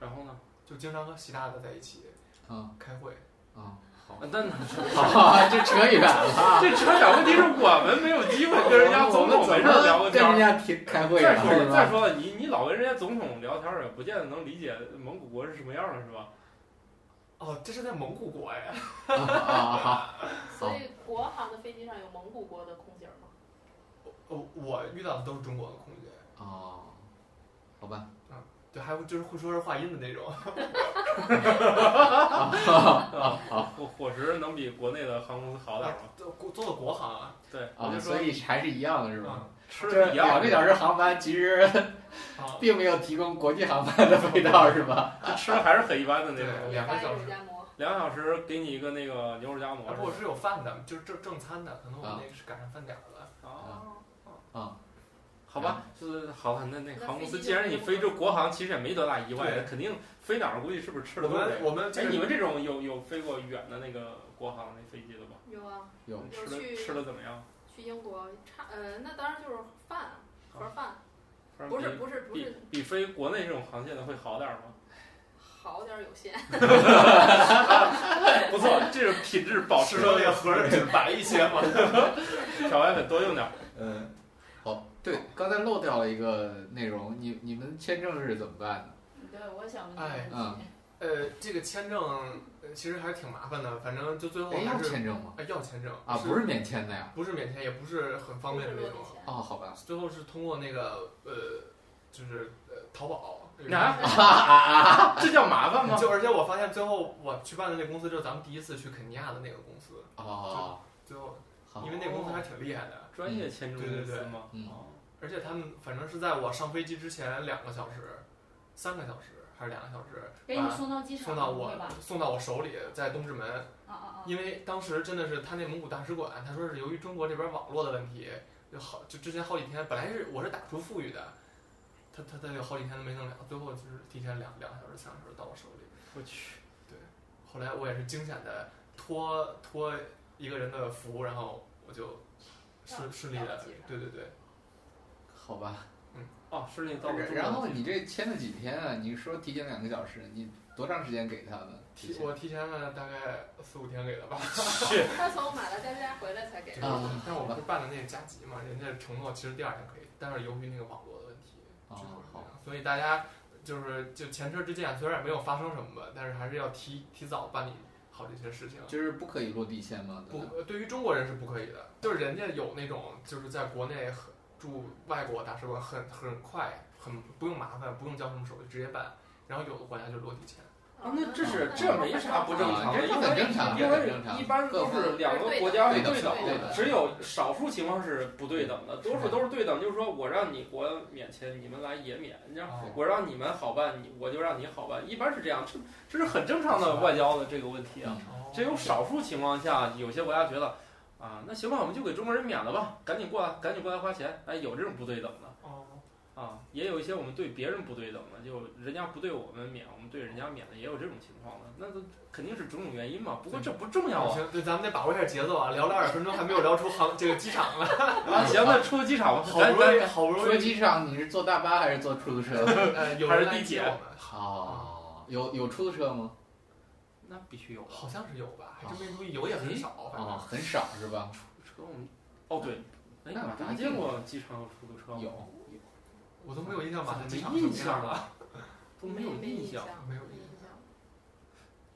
Speaker 3: 然后呢？
Speaker 4: 就经常和习大大在一起
Speaker 5: 啊
Speaker 4: 开会。
Speaker 5: 啊，
Speaker 3: 啊但
Speaker 5: 好， 这扯远了。
Speaker 3: 这扯远，问题是我们没有机会跟人家总统没事儿聊个天
Speaker 5: 跟人
Speaker 3: 儿。
Speaker 5: 家提开会
Speaker 3: 再
Speaker 5: 啊，
Speaker 3: 说
Speaker 5: 是
Speaker 3: 了，再
Speaker 5: 吧？
Speaker 3: 说了，你你老跟人家总统聊天儿，也不见得能理解蒙古国是什么样的，是吧？
Speaker 4: 哦，这是在蒙古国哎。
Speaker 5: 啊啊好，
Speaker 6: 所
Speaker 4: 嗯
Speaker 6: 以国航的飞机上有蒙古国的空姐吗？
Speaker 4: 哦，我遇到的都是中国的空姐，
Speaker 5: 哦，好吧，
Speaker 4: 对，还有就是会说是话音的那种。
Speaker 3: 伙伙食能比国内的航空公司好点儿吗？
Speaker 4: 做做的国航啊，
Speaker 3: 对，我
Speaker 5: 啊，
Speaker 3: 就说
Speaker 5: 所以还是一样的，是吧？
Speaker 3: 吃
Speaker 5: 这
Speaker 3: 的一
Speaker 5: 两
Speaker 3: 样
Speaker 5: 个，小时航班其实
Speaker 4: 啊，
Speaker 5: 并没有提供国际航班的味道，是吧？
Speaker 3: 吃的还是很一般的那
Speaker 4: 对
Speaker 3: 种。
Speaker 4: 两个小时
Speaker 6: 加一加馍，
Speaker 3: 两个小时给你一个那个牛肉夹馍
Speaker 4: 啊，不，我是有饭的，就是正正餐的，可能我
Speaker 5: 啊
Speaker 4: 那个是赶上饭点儿了。
Speaker 3: 啊
Speaker 6: 哦
Speaker 5: 啊，
Speaker 3: 好吧，就是好吧，那那航空公
Speaker 6: 那
Speaker 3: 司，
Speaker 6: 飞机
Speaker 3: 既然
Speaker 6: 就
Speaker 3: 你
Speaker 6: 不
Speaker 3: 飞这国航，其实也没多大意外，
Speaker 4: 对
Speaker 3: 肯定飞哪儿估计是不是吃的
Speaker 4: 我
Speaker 3: 都是这
Speaker 4: 们
Speaker 3: 个。
Speaker 4: 我们
Speaker 3: 哎
Speaker 4: 这，个
Speaker 3: 你们这种有有飞过远的那个国航那飞机的吧？
Speaker 6: 有啊，
Speaker 5: 有
Speaker 3: 吃
Speaker 6: 去
Speaker 3: 的吃的怎么样？
Speaker 6: 去英国差呃，那当然就是饭啊盒饭，
Speaker 3: 反正
Speaker 6: 不是
Speaker 3: 比
Speaker 6: 不是不
Speaker 3: 比
Speaker 6: 是
Speaker 3: 比飞国内这种航线的会好点儿吗？
Speaker 6: 好点儿有限，
Speaker 3: 不错，这种品质保持
Speaker 4: 吃的那个
Speaker 3: 的
Speaker 4: 盒儿只白一些 嘛。
Speaker 3: 小白粉多用点儿。
Speaker 5: 嗯，好，对，刚才漏掉了一个内容，你你们签证是怎么办的？
Speaker 2: 对，我想问
Speaker 4: 哎
Speaker 2: 这个问题。
Speaker 4: 呃，这个签证呃其实还是挺麻烦的，反正就最后
Speaker 5: 哎，要
Speaker 4: 还是
Speaker 5: 签证吗？
Speaker 4: 哎要签证
Speaker 5: 啊，不
Speaker 4: 是
Speaker 5: 是免签的呀。
Speaker 4: 不是免签，也不是很方
Speaker 6: 不
Speaker 4: 便
Speaker 6: 是
Speaker 4: 的
Speaker 6: 落
Speaker 4: 那
Speaker 6: 地
Speaker 4: 种。
Speaker 6: 签。
Speaker 5: 哦，好吧，
Speaker 4: 最后是通过那个呃，就是呃淘
Speaker 3: 啊
Speaker 4: 宝。
Speaker 3: 这叫麻烦吗？
Speaker 4: 就而且我发现最后我去办的那公司就是咱们第一次去肯尼亚的那个公司，
Speaker 5: 哦，
Speaker 4: 最后
Speaker 5: 好
Speaker 4: 因，为那公司还挺厉害的，
Speaker 3: 专业签证公司吗？
Speaker 5: 嗯对对对嗯
Speaker 3: 哦
Speaker 4: 而且他们反正是在我上飞机之前两个小时、三个小时还是两个小时，
Speaker 2: 给哎你送到机场，
Speaker 4: 送到我
Speaker 2: 对吧？
Speaker 4: 送到我手里，在东直门。
Speaker 2: 啊啊啊！
Speaker 4: 因为当时真的是他那蒙古大使馆，他说是由于中国这边网络的问题，就好就之前好几天本来是我是打出富裕的，他他他有好几天都没弄了，最后就是提前两两个小时三个小时到我手里。
Speaker 3: 我去，
Speaker 4: 后来我也是惊险的托托一个人的福，然后我就顺顺利
Speaker 6: 到
Speaker 4: 的
Speaker 6: 机场，
Speaker 4: 对对对，
Speaker 5: 好吧。
Speaker 3: 哦，是那到我
Speaker 5: 然然后你这签了几天啊？你说提前两个小时，你多长时间给他的？提
Speaker 4: 提
Speaker 5: 前
Speaker 4: 我提前了大概四五天给的吧。
Speaker 6: 他从马来西亚回来才给
Speaker 4: 对
Speaker 6: 的，
Speaker 5: 啊
Speaker 4: 但是我不是办的那个加急嘛，人家承诺其实第二天可以，但是由于那个网络的问题，
Speaker 5: 哦
Speaker 4: 就是这
Speaker 5: 好
Speaker 4: 样所以大家就是就前车之鉴，虽然没有发生什么吧，但是还是要提提早办理好这些事情。
Speaker 5: 就是不可以落地签吗？对吧
Speaker 4: 不，对于中国人是不可以的，就是人家有那种就是在国内很驻外国大使馆很很快，很不用麻烦，不用交什么手续直接办，然后有的国家就落地签。
Speaker 3: 啊，
Speaker 6: 哦
Speaker 3: 那这是这没啥不正
Speaker 5: 啊
Speaker 3: 常的，
Speaker 5: 这
Speaker 3: 因
Speaker 5: 很正常这很
Speaker 3: 为
Speaker 5: 正常
Speaker 3: 一般都是两个国家是对等
Speaker 5: 对的
Speaker 3: 的，只有少数情况是不对等的，多数都是对等，就是说我让你国免签，你们来也免，你让
Speaker 4: 哦
Speaker 3: 我让你们好办，你我就让你好办，一般是这样，这这是很正常的外交的这个问
Speaker 5: 嗯
Speaker 3: 题啊。只有少数情况下，有些国家觉得啊，那行吧，我们就给中国人免了吧，赶紧过来，赶紧过来花钱，哎，有这种不对等的
Speaker 4: 哦，
Speaker 3: 啊，也有一些我们对别人不对等的，就人家不对我们免，我们对人家免的，也有这种情况的，那都肯定是种种原因嘛。不过这不重要啊。
Speaker 4: 行，对，咱们得把握一下节奏啊，聊了二十分钟还没有聊出航这个机 场来，
Speaker 3: 啊，行，那出机场吧，
Speaker 4: 好
Speaker 3: 咱
Speaker 4: 不容易
Speaker 3: 咱
Speaker 4: 好不容
Speaker 5: 说
Speaker 4: 易
Speaker 5: 机场你是坐大巴还是坐出租 车？
Speaker 4: 呃有
Speaker 3: 还
Speaker 4: 人
Speaker 3: 是
Speaker 4: 来
Speaker 3: 地
Speaker 4: 接
Speaker 3: 铁
Speaker 4: 我们，
Speaker 5: 哦，有有出租车吗？
Speaker 3: 那必须有
Speaker 4: 好像是有吧，还真没注意，有也很少，反
Speaker 5: 哦，
Speaker 4: 正
Speaker 5: 很少是吧？
Speaker 3: 车，我们哦对，哎，
Speaker 5: 那
Speaker 3: 马达
Speaker 5: 一定
Speaker 3: 见过机场有出租车吗？
Speaker 5: 有，
Speaker 4: 我都没有印象吧，
Speaker 3: 没
Speaker 4: 啊机场
Speaker 3: 印
Speaker 4: 什么样
Speaker 3: 象了，都没有
Speaker 6: 没
Speaker 3: 印
Speaker 6: 象
Speaker 3: 象。，
Speaker 4: 没有印
Speaker 6: 印象。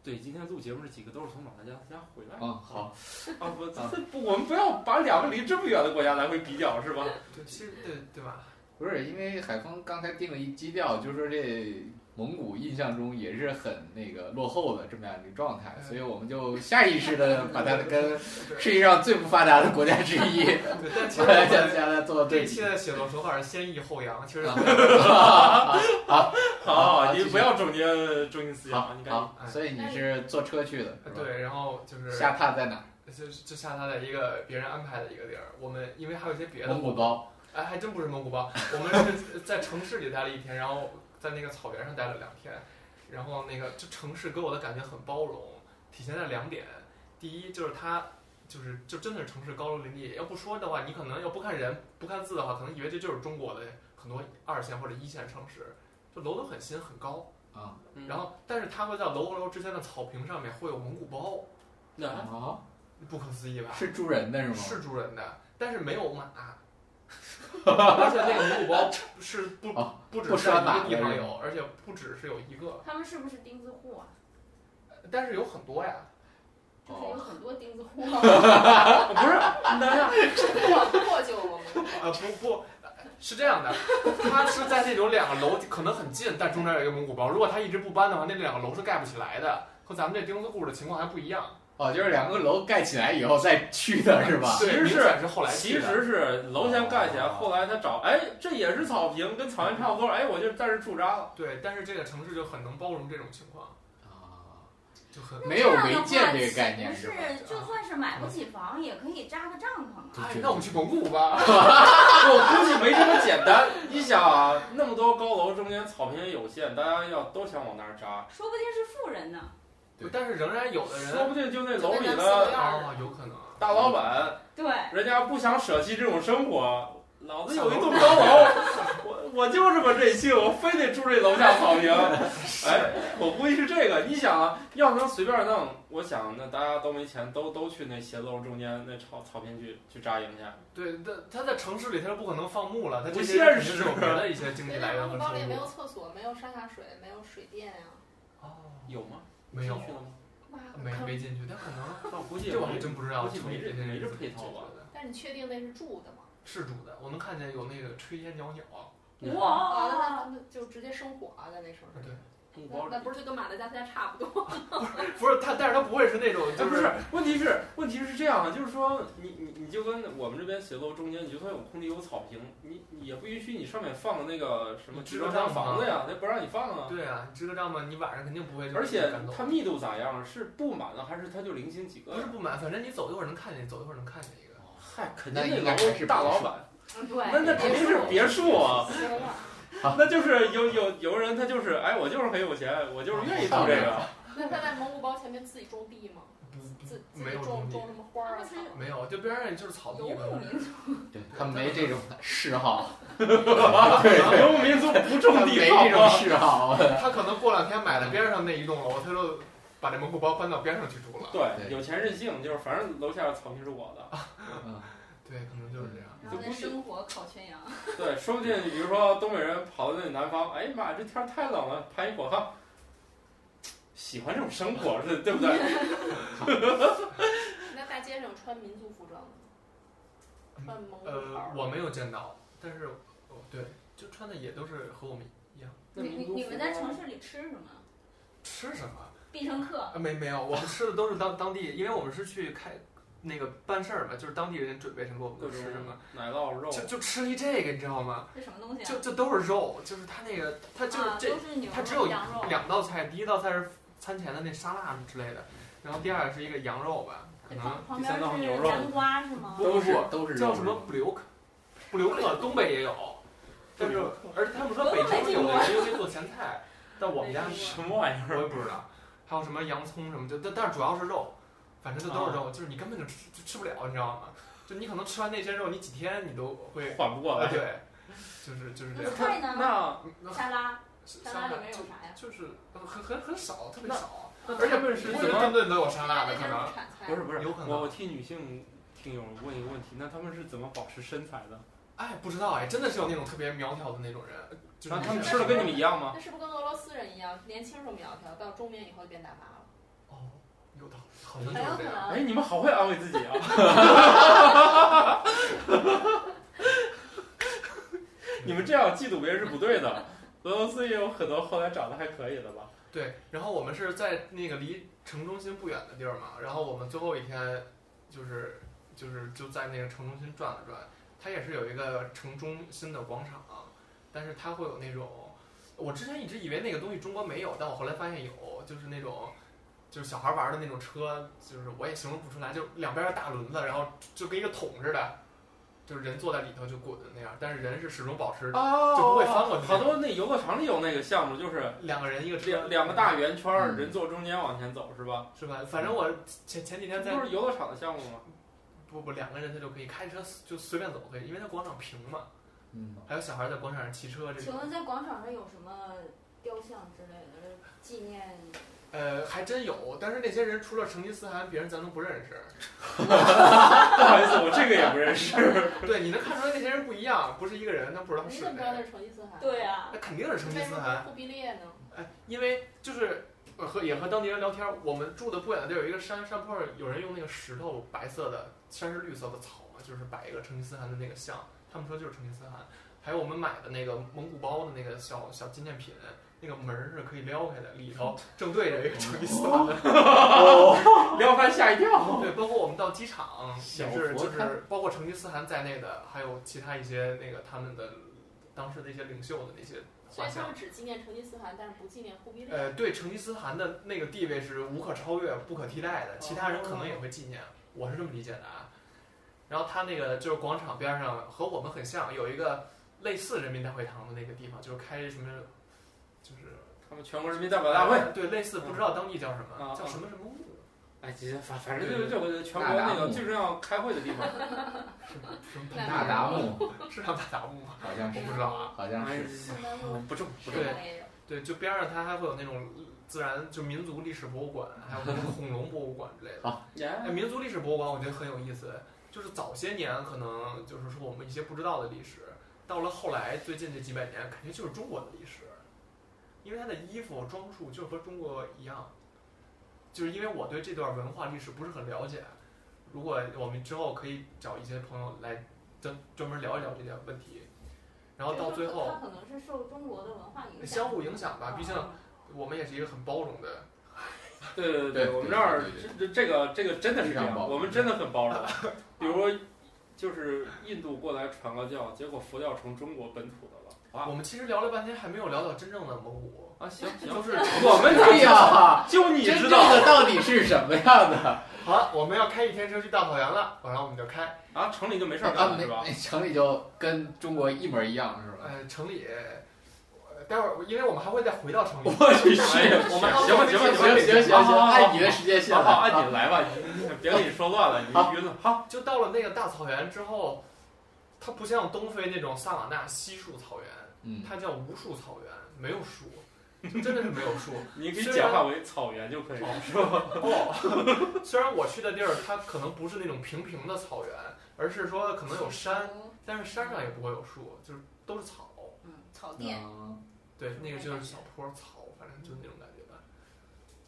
Speaker 3: 对，今天录节目这几个都是从马达加斯加回来的。
Speaker 5: 嗯，好，
Speaker 3: 啊 不，
Speaker 5: 啊
Speaker 3: 这不，我们不要把两个离这么远的国家来回比较， 是吧？
Speaker 4: 对，其实对对吧？
Speaker 5: 不是因为海峰刚才定了一基调，就说这蒙古印象中也是很那个落后的这么样一个状
Speaker 4: 哎呃
Speaker 5: 态，哎所以
Speaker 3: 嗯
Speaker 5: 我们就下意识的把它 跟世界上最不发达的国家之一
Speaker 4: 对，但其实
Speaker 5: 马达加斯
Speaker 4: 我
Speaker 5: 加来做
Speaker 4: 们这
Speaker 5: 对
Speaker 4: 一
Speaker 5: 比
Speaker 4: 期。的写作手法是先抑后扬，其实
Speaker 5: 啊
Speaker 4: 对
Speaker 3: 好，
Speaker 5: 好
Speaker 3: 啊，你
Speaker 5: 继续
Speaker 3: 不要中间中心思
Speaker 5: 好
Speaker 3: 想，你赶紧。
Speaker 5: 好，所以你是坐车去的，是吧，
Speaker 4: 哎对，然后就是
Speaker 5: 下榻在哪？
Speaker 4: 就就下榻在一个别人安排的一个地儿。我们因为还有一些别的
Speaker 5: 蒙古包，
Speaker 4: 哎，还真不是蒙古 包，我们是在城市里待了一天，然后在那个草原上待了两天，然后那个就城市给我的感觉很包容，体现在两点，第一就是它就是就真的是城市高楼林立，要不说的话，你可能要不看人不看字的话，可能以为这就是中国的很多二线或者一线城市，就楼都很新很高，
Speaker 5: 啊，
Speaker 3: 嗯
Speaker 4: 然后但是它会在楼和楼之间的草坪上面会有蒙古包，
Speaker 3: 那
Speaker 5: 哦，
Speaker 4: 不可思议吧？
Speaker 5: 是住人的 是吗？
Speaker 4: 是主人的，但是没有马。而且那个蒙古包是不
Speaker 5: 哦
Speaker 4: 不只
Speaker 5: 不
Speaker 4: 是
Speaker 5: 拴马
Speaker 4: 一个地
Speaker 5: 的
Speaker 4: 方
Speaker 5: 是
Speaker 4: 有，而且不只是有一个，
Speaker 2: 他们是不是钉子户啊？
Speaker 4: 但是有很多呀。
Speaker 6: 就是有
Speaker 5: 哦，
Speaker 6: 很多钉子 户，
Speaker 2: 啊
Speaker 3: 不是那 样，
Speaker 6: 破破旧我们
Speaker 4: 啊、不不，是这样的，它是在那种两个楼可能很近，但中间有一个蒙古包。如果它一直不搬的话，那两个楼是盖不起来的，和咱们这钉子户的情况还不一样。
Speaker 5: 哦，就是两个楼盖起来以后再去的是吧？
Speaker 4: 对，
Speaker 3: 其实
Speaker 4: 明
Speaker 3: 是
Speaker 4: 显是后来
Speaker 3: 其
Speaker 4: 去的
Speaker 3: 实是楼先盖起来，
Speaker 5: 哦
Speaker 3: 后来他找，哎，这也是草坪，跟草原差不多，哎，我就在这驻扎了。
Speaker 4: 对，但是这个城市就很能包容这种情况，
Speaker 5: 啊，
Speaker 4: 就很
Speaker 5: 没有违建这个概念
Speaker 2: 是
Speaker 5: 是吧？嗯
Speaker 2: 就算是买不起房，也可以扎个帐篷啊。
Speaker 4: 哎，那我们去蒙古吧。
Speaker 3: 我估计没这么简单。你想啊，那么多高楼中间草坪也有限，大家要都想往那儿扎，
Speaker 2: 说不定是富人呢。
Speaker 5: 对
Speaker 4: 但是仍然有的
Speaker 3: 说
Speaker 4: 人
Speaker 3: 不定就那楼里
Speaker 6: 就跟咱们四个
Speaker 3: 的
Speaker 6: 样
Speaker 4: 啊、有可能。
Speaker 3: 大老板，
Speaker 2: 对，
Speaker 3: 人家不想舍弃这种生活。老子有一栋高 楼，我我就这么任性，我非得住这楼下草 坪。哎，我估计是这个。你想，啊，要能随便弄，我想那大家都没钱，都都去那斜楼中间那草草坪去去扎营去。
Speaker 4: 对，但他在城市里他就不可能放牧了，他这
Speaker 3: 不
Speaker 4: 些
Speaker 3: 现
Speaker 4: 肯定
Speaker 3: 实
Speaker 4: 是有别的一些经济来源和
Speaker 6: 包里
Speaker 4: 收
Speaker 6: 没
Speaker 4: 入
Speaker 6: 有。厕所，没有上下水，没有水电呀、
Speaker 4: 哦，
Speaker 3: 有吗？
Speaker 4: 没有
Speaker 3: 进，去了吗？
Speaker 6: 哇
Speaker 4: 没
Speaker 6: 坑
Speaker 4: 没进去，但可能
Speaker 3: 但我估计也
Speaker 4: 这我
Speaker 3: 没
Speaker 4: 还真不知道。
Speaker 3: 估计没这
Speaker 4: 些
Speaker 3: 没这
Speaker 4: 人
Speaker 3: 配套吧
Speaker 4: 怎么解决的？
Speaker 6: 但你确定那是住的吗？
Speaker 4: 是住的，我能看见有那个炊烟袅袅。
Speaker 6: 啊，那他
Speaker 2: 哇，哦
Speaker 6: 们就直接生火啊，在那城市里。
Speaker 4: 对，
Speaker 3: 木包
Speaker 6: 那那
Speaker 3: 里
Speaker 6: 不是就跟马德加斯加差不 多？
Speaker 4: 不是他，但是他不会是那种，
Speaker 3: 哎，
Speaker 4: 就
Speaker 3: 不是，问题是问题是这样啊，就是说你你你就跟我们这边斜楼中间，你就算有空地有草坪，你你也不允许你上面放那个什么
Speaker 4: 你知
Speaker 3: 集
Speaker 4: 道
Speaker 3: 装箱房子呀，那不让你放啊。
Speaker 4: 对啊，你支个帐篷，你晚上肯定不会就是
Speaker 3: 而且
Speaker 4: 感动。
Speaker 3: 它密度咋样？是布满了还是它就零星几
Speaker 4: 不
Speaker 3: 个
Speaker 4: 是
Speaker 3: 呀？
Speaker 4: 不满，反正你走一会儿能看见，走一会儿能看见一个。
Speaker 3: 嗨，肯
Speaker 5: 那
Speaker 3: 定
Speaker 5: 应该还是
Speaker 3: 楼大
Speaker 5: 别
Speaker 3: 老
Speaker 5: 墅
Speaker 3: 板，
Speaker 2: 嗯对，
Speaker 3: 那那肯定是别墅 啊。
Speaker 6: 行了，
Speaker 3: 那就是有有有人他就是哎，我就是很有钱，我就是愿意住这个。
Speaker 5: 啊
Speaker 6: 那他在蒙古包前面自己种地吗？
Speaker 4: 不
Speaker 6: 自
Speaker 4: 不，
Speaker 6: 自己
Speaker 4: 没有
Speaker 6: 种
Speaker 4: 种地
Speaker 6: 种，什么花儿啊啊
Speaker 2: 他们
Speaker 6: 啥
Speaker 2: 是
Speaker 6: 的？
Speaker 4: 没有，就边上就是草地
Speaker 2: 游
Speaker 4: 嘛。
Speaker 2: 牧民族。
Speaker 5: 对他没这种嗜 好，
Speaker 3: 游牧民族不
Speaker 5: 他
Speaker 3: 种
Speaker 5: 没
Speaker 3: 地好
Speaker 5: 这种
Speaker 3: 吗？
Speaker 5: 嗜好。
Speaker 4: 他可能过两天买了边上那一栋楼，他就把这蒙古包搬到边上去住了。
Speaker 3: 对，
Speaker 5: 对
Speaker 3: 有钱任性，就是反正楼下的草坪是我的。
Speaker 4: 对，可能就是这样。
Speaker 2: 然后再生火烤全羊，
Speaker 3: 对，说不定比如说东北人跑到那南方，哎呀妈，呀，这天儿太冷了，盘一火炕，喜欢这种生活，对对不对？
Speaker 6: 那大街上有穿民族服装的吗？穿蒙古
Speaker 4: 呃
Speaker 6: 袍，。
Speaker 4: 我没有见到，但是，哦，对，就穿的也都是和我们一样。
Speaker 3: 那
Speaker 2: 你你
Speaker 3: 民族
Speaker 2: 你
Speaker 3: 服
Speaker 2: 们在
Speaker 3: 装
Speaker 6: 啊
Speaker 2: 城市里吃什么？
Speaker 4: 吃什么？
Speaker 2: 必胜客。
Speaker 4: 啊，没没有，我们吃的都是当当地，因为我们是去开那个办事儿嘛，就是当地人准备什么我们
Speaker 3: 各
Speaker 4: 就
Speaker 3: 种
Speaker 4: 吃什么，
Speaker 3: 奶酪肉，
Speaker 4: 就就吃了一这个，你知道吗？
Speaker 2: 这什么东西啊？
Speaker 4: 就就都是肉，就是他那个他就是
Speaker 2: 啊，
Speaker 4: 这
Speaker 2: 都是牛
Speaker 4: 它只有
Speaker 2: 肉、羊肉。
Speaker 4: 两道菜，第一道菜是餐前的那沙拉之类的，然后第二个是一个羊肉吧，可能
Speaker 2: 旁旁
Speaker 3: 第三道
Speaker 2: 边
Speaker 3: 牛
Speaker 2: 是
Speaker 3: 肉
Speaker 2: 干瓜是吗？
Speaker 4: 不
Speaker 5: 是
Speaker 4: 不
Speaker 5: 都是
Speaker 4: 叫
Speaker 5: 肉
Speaker 4: 什么布留克，布留克，东北也有，但是而且他们说
Speaker 2: 我
Speaker 4: 北
Speaker 2: 都没
Speaker 4: 京
Speaker 2: 听
Speaker 4: 有
Speaker 2: 过
Speaker 4: 的直接做咸菜，但我们家
Speaker 6: 没听
Speaker 3: 什么玩意
Speaker 4: 我也
Speaker 3: 儿？
Speaker 4: 不知道，还有什么洋葱什么，就但但是主要是肉，反正就都是
Speaker 3: 啊
Speaker 4: 肉，就是你根本就吃就吃不了，你知道吗？就你可能吃完那些肉，你几天你都会，
Speaker 3: 缓不过
Speaker 4: 啊
Speaker 3: 来。
Speaker 4: 对，就是就是这样嗯
Speaker 2: 那菜呢？
Speaker 3: 那
Speaker 2: 沙拉，
Speaker 4: 沙
Speaker 2: 沙拉里
Speaker 4: 拉
Speaker 2: 面有
Speaker 4: 就
Speaker 2: 啥呀？
Speaker 4: 就是很很很少，特别少，
Speaker 3: 那
Speaker 4: 而且
Speaker 3: 他们是
Speaker 4: 不
Speaker 3: 怎
Speaker 4: 是
Speaker 3: 么
Speaker 4: 顿？顿都有沙拉的
Speaker 6: 应
Speaker 4: 可
Speaker 6: 该
Speaker 4: 能
Speaker 6: 是。产菜
Speaker 3: 不是不是，
Speaker 4: 有可能
Speaker 3: 我我替女性听友问一个问题，那他们是怎么保持身材的？
Speaker 4: 哎，不知道哎，真的是有那种特别苗条的那种人，就是
Speaker 3: 啊然后他们
Speaker 4: 那
Speaker 3: 吃的跟你们一样吗？
Speaker 6: 那是不是跟俄罗斯人一样，年轻时候苗条，到中年以后就变大妈了？
Speaker 4: 哦，有道理，好像就
Speaker 2: 很有
Speaker 4: 是
Speaker 2: 可
Speaker 4: 这样。
Speaker 2: 能。
Speaker 3: 哎，你们好会安慰自己啊！你们这样嫉妒别人是不对的。俄罗斯也有很多后来长得还可以的吧？
Speaker 4: 对，然后我们是在那个离城中心不远的地儿嘛，然后我们最后一天就是就是就在那个城中心转了转，它也是有一个城中心的广场，但是它会有那种我之前一直以为那个东西中国没有，但我后来发现有，就是那种就是小孩玩的那种车，就是我也形容不出来，就两边是大轮子，然后就跟一个桶似的，就是人坐在里头就滚的那样，但是人是始终保持
Speaker 3: 哦
Speaker 4: 就不会翻过去
Speaker 3: 好多那游乐场里有那个项目，就是
Speaker 4: 两个人一个车
Speaker 3: 两两个大圆圈儿，
Speaker 5: 嗯
Speaker 3: 人坐中间往前走，是吧？
Speaker 4: 是吧？反正我前前几天在
Speaker 3: 这不是游乐场的项目吗？
Speaker 4: 不不两个人他就可以开车就随便走可以，因为它广场平嘛，
Speaker 5: 嗯，
Speaker 4: 还有小孩在广场上骑车这
Speaker 2: 请
Speaker 4: 种，
Speaker 2: 问在广场上有什么雕像之类的纪念？
Speaker 4: 呃，还真有，但是那些人除了成吉思汗，别人咱都不认识。
Speaker 3: 不好意思，我这个也不认识。
Speaker 4: 对，你能看出来那些人不一样，不是一个人，他不知道
Speaker 6: 你
Speaker 4: 是
Speaker 6: 怎么知道那
Speaker 4: 谁。
Speaker 6: 是成吉思汗？
Speaker 2: 对，啊，
Speaker 4: 那肯定是成吉
Speaker 6: 为什
Speaker 4: 思
Speaker 6: 么
Speaker 4: 汗
Speaker 6: 不。忽必烈呢？
Speaker 4: 哎，因为就是呃和也和当地人聊天，我们住的不远的地儿有一个山，山坡上有人用那个石头，白色的，山是绿色的草嘛，就是摆一个成吉思汗的那个像，他们说就是成吉思汗。还有我们买的那个蒙古包的那个小小纪念品，那个门儿是可以撩开的，里 头正对着一个成吉思汗。
Speaker 3: 聊完吓一跳。
Speaker 4: 对，包括我们到机场
Speaker 3: 哦小
Speaker 4: 也是，
Speaker 3: 佛
Speaker 4: 就
Speaker 3: 龛
Speaker 4: 是包括成吉思汗在内的，还有其他一些那个他们的当时的一些领袖的那些
Speaker 6: 所
Speaker 4: 画
Speaker 6: 以他
Speaker 4: 像
Speaker 6: 们。只纪念成吉思汗，但是不纪念忽必烈。嗯
Speaker 4: 呃，对成吉思汗的那个地位是无可超越、不可替代的，其他人可能也会纪念，我是这么理解的啊。然后他那个就是广场边上和我们很像，有一个类似人民大会堂的那个地方，就是开什么，就是
Speaker 3: 他们全国人民代表大会，
Speaker 4: 对，类似不知道当地叫什
Speaker 3: 啊
Speaker 4: 么，叫
Speaker 3: 啊
Speaker 4: 什么什么物，
Speaker 3: 哎，反反正就是这个全国
Speaker 5: 那
Speaker 3: 那
Speaker 5: 达慕
Speaker 3: 个最重要开会的地方。
Speaker 4: 嗯什么
Speaker 6: 那
Speaker 5: 那达慕
Speaker 4: 是叫大达慕吗？
Speaker 5: 好像
Speaker 4: 我
Speaker 5: 是，
Speaker 4: 不知道啊。
Speaker 5: 好像
Speaker 3: 哎
Speaker 5: 是，，
Speaker 6: 苏丹路
Speaker 3: 不重不
Speaker 6: 是
Speaker 3: 重。
Speaker 6: 吧也有。
Speaker 4: 对，就边上它还会有那种自然就民族历史博物馆，还有那种恐龙博物馆之类的。哎，
Speaker 3: 哎
Speaker 4: 民族历史博物馆我觉得很有意思，就是早些年可能就是说我们一些不知道的历史，到了后来最近这几百年，感觉就是中国的历史，因为它的衣服装束就是和中国一样，就是因为我对这段文化历史不是很了解，如果我们之后可以找一些朋友来专专门聊一聊这些问题，然后到最后
Speaker 2: 他可能是受中国的文化影响，
Speaker 4: 相互影响吧，
Speaker 6: 嗯
Speaker 4: 毕竟我们也是一个很包容的。
Speaker 3: 对
Speaker 5: 对
Speaker 3: 对对，我们这儿
Speaker 5: 对对
Speaker 3: 这这个这个真的是这
Speaker 5: 非常包
Speaker 3: 样，
Speaker 5: 容
Speaker 3: 我们真的很包容。 比如，就是印度过来传了教，结果佛教成中国本土的了。
Speaker 4: 我
Speaker 3: 啊
Speaker 4: 们其实聊了半天，还没有聊到真正的蒙古，
Speaker 3: 啊，行行，
Speaker 4: 就是
Speaker 3: 我们啊
Speaker 5: 对呀，
Speaker 3: 就你
Speaker 5: 真
Speaker 3: 知
Speaker 5: 正
Speaker 3: 道
Speaker 5: 的到底是什么样的？
Speaker 4: 好了，我们要开一天车去大草原了，晚上我们就开。
Speaker 3: 啊，城里就没事儿
Speaker 5: 啊，
Speaker 3: 干了
Speaker 5: 没
Speaker 3: 是吧？
Speaker 5: 没城里就跟中国一模一样是吧？
Speaker 4: 呃，城里，呃待会儿因为我们还会再回到城 里。
Speaker 3: 我去，
Speaker 4: 哎呀我们还会
Speaker 3: 行吧行
Speaker 5: 行
Speaker 3: 吧行吧
Speaker 5: 行行
Speaker 4: 啊
Speaker 3: 好好
Speaker 5: 行，
Speaker 3: 好
Speaker 5: 按你的时间线
Speaker 3: 好
Speaker 5: 来。
Speaker 3: 好，按你来吧，别给你说乱了，
Speaker 5: 好
Speaker 3: 你晕了。好，
Speaker 4: 就到了那个大草原之后，它不像东非那种萨瓦纳稀树草原，
Speaker 5: 嗯，
Speaker 4: 它叫无树草原，没有 树，就真的是没有树。
Speaker 3: 你可以简化为草原就可以了，是吧？
Speaker 4: 哦， 虽然我去的地儿它可能不是那种平平的草原，而是说可能有山，但是山上也不会有树，就是都是草。
Speaker 2: 嗯，草甸。
Speaker 5: 嗯
Speaker 4: 对，那个就是小坡草，反正就那种感觉吧。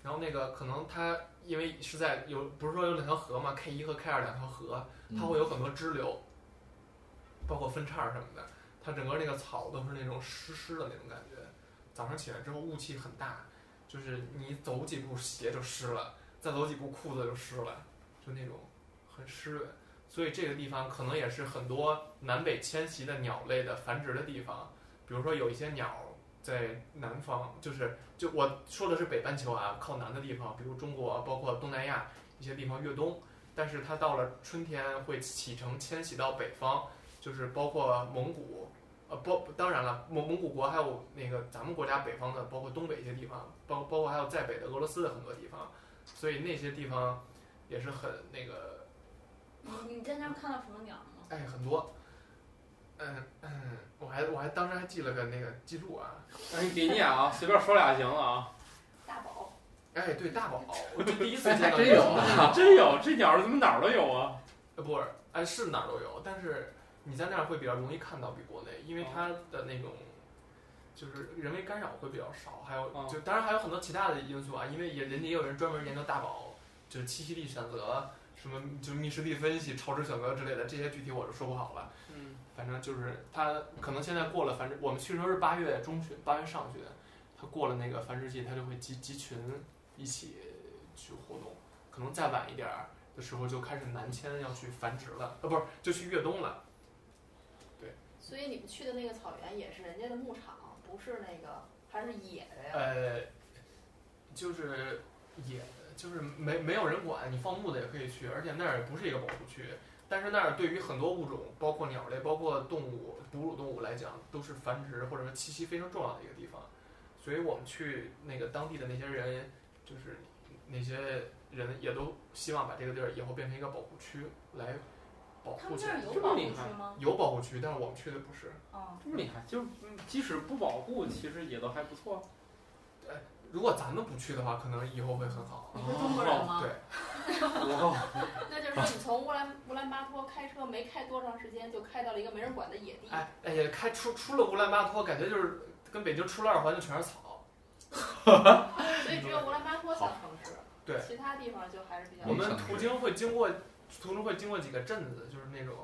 Speaker 4: 然后那个可能它因为是在有不是说有两条河嘛，K 一和 K 二两条河，它会有很多支流，包括分叉什么的。它整个那个草都是那种湿湿的那种感觉。早上起来之后雾气很大，就是你走几步鞋就湿了，再走几步裤子就湿了，就那种很湿润。所以这个地方可能也是很多南北迁徙的鸟类的繁殖的地方。比如说有一些鸟在南方，就是就我说的是北半球啊，靠南的地方，比如中国，包括东南亚一些地方越冬，但是它到了春天会启程迁徙到北方，就是包括蒙古，呃，包当然了，蒙蒙古国还有那个咱们国家北方的，包括东北一些地方，包包括还有在北的俄罗斯的很多地方，所以那些地方也是很那个嗯
Speaker 2: 你你在那儿看到什么鸟了吗？
Speaker 4: 哎，很多。嗯嗯，我还我还当时还记了个那个记录啊，
Speaker 3: 哎，你别念啊，随便说俩行了啊。
Speaker 6: 大宝，
Speaker 4: 哎，对大宝，我 这第一次
Speaker 5: 哎还
Speaker 4: 见到
Speaker 5: 真
Speaker 4: 这
Speaker 5: 有
Speaker 4: 个
Speaker 5: 啊，
Speaker 3: 真有这鸟儿怎么哪儿都有啊？
Speaker 4: 呃，不是，哎，是哪儿都有，但是你在那儿会比较容易看到，比国内，
Speaker 5: 哦
Speaker 4: 因为它的那种就是人为干扰会比较少，还有
Speaker 3: 哦
Speaker 4: 就当然还有很多其他的因素啊，因为也人家也有人专门研究大宝，就是栖息地选择，什么就密实地分析、潮湿选择之类的，这些具体我就说不好了。
Speaker 3: 嗯，
Speaker 4: 反正就是它可能现在过了繁殖，我们去的时候是八月中旬、八月上旬，它过了那个繁殖季，它就会集集群一起去活动。可能再晚一点儿的时候就开始南迁，要去繁殖了，呃，不是就去越冬了。
Speaker 6: 所以你们去的那个草原也是人家的牧场，不是那个还是野的呀？
Speaker 4: 呃，就是也就是没没有人管，你放牧的也可以去，而且那儿也不是一个保护区。但是那儿对于很多物种，包括鸟类、包括动物、哺乳动物来讲，都是繁殖或者说栖息非常重要的一个地方。所以我们去那个当地的那些人，就是那些人也都希望把这个地儿以后变成一个保护区来保
Speaker 2: 他
Speaker 4: 护
Speaker 2: 们
Speaker 4: 起
Speaker 2: 这儿
Speaker 4: 来。
Speaker 2: 有保护区吗？
Speaker 4: 有保护区，但是我们去的不是。
Speaker 2: 哦，
Speaker 3: 这么厉害，就是嗯即使不保护，其实也都还不错。
Speaker 4: 如果咱们不去的话，可能以后会很好。
Speaker 2: 你是中国人吗？
Speaker 4: 对，
Speaker 3: 哇，
Speaker 6: 那就是说你从乌兰乌兰巴托开车没开多长时间，就开到了一个没人管的野地。
Speaker 4: 哎哎呀，开出出了乌兰巴托，感觉就是跟北京出了二环就全是草。
Speaker 6: 所以只有乌兰巴托小城市，
Speaker 4: 对
Speaker 6: 其他地方就还是比较
Speaker 4: 我们途经会经过，途中会经过几个镇子，就是那种，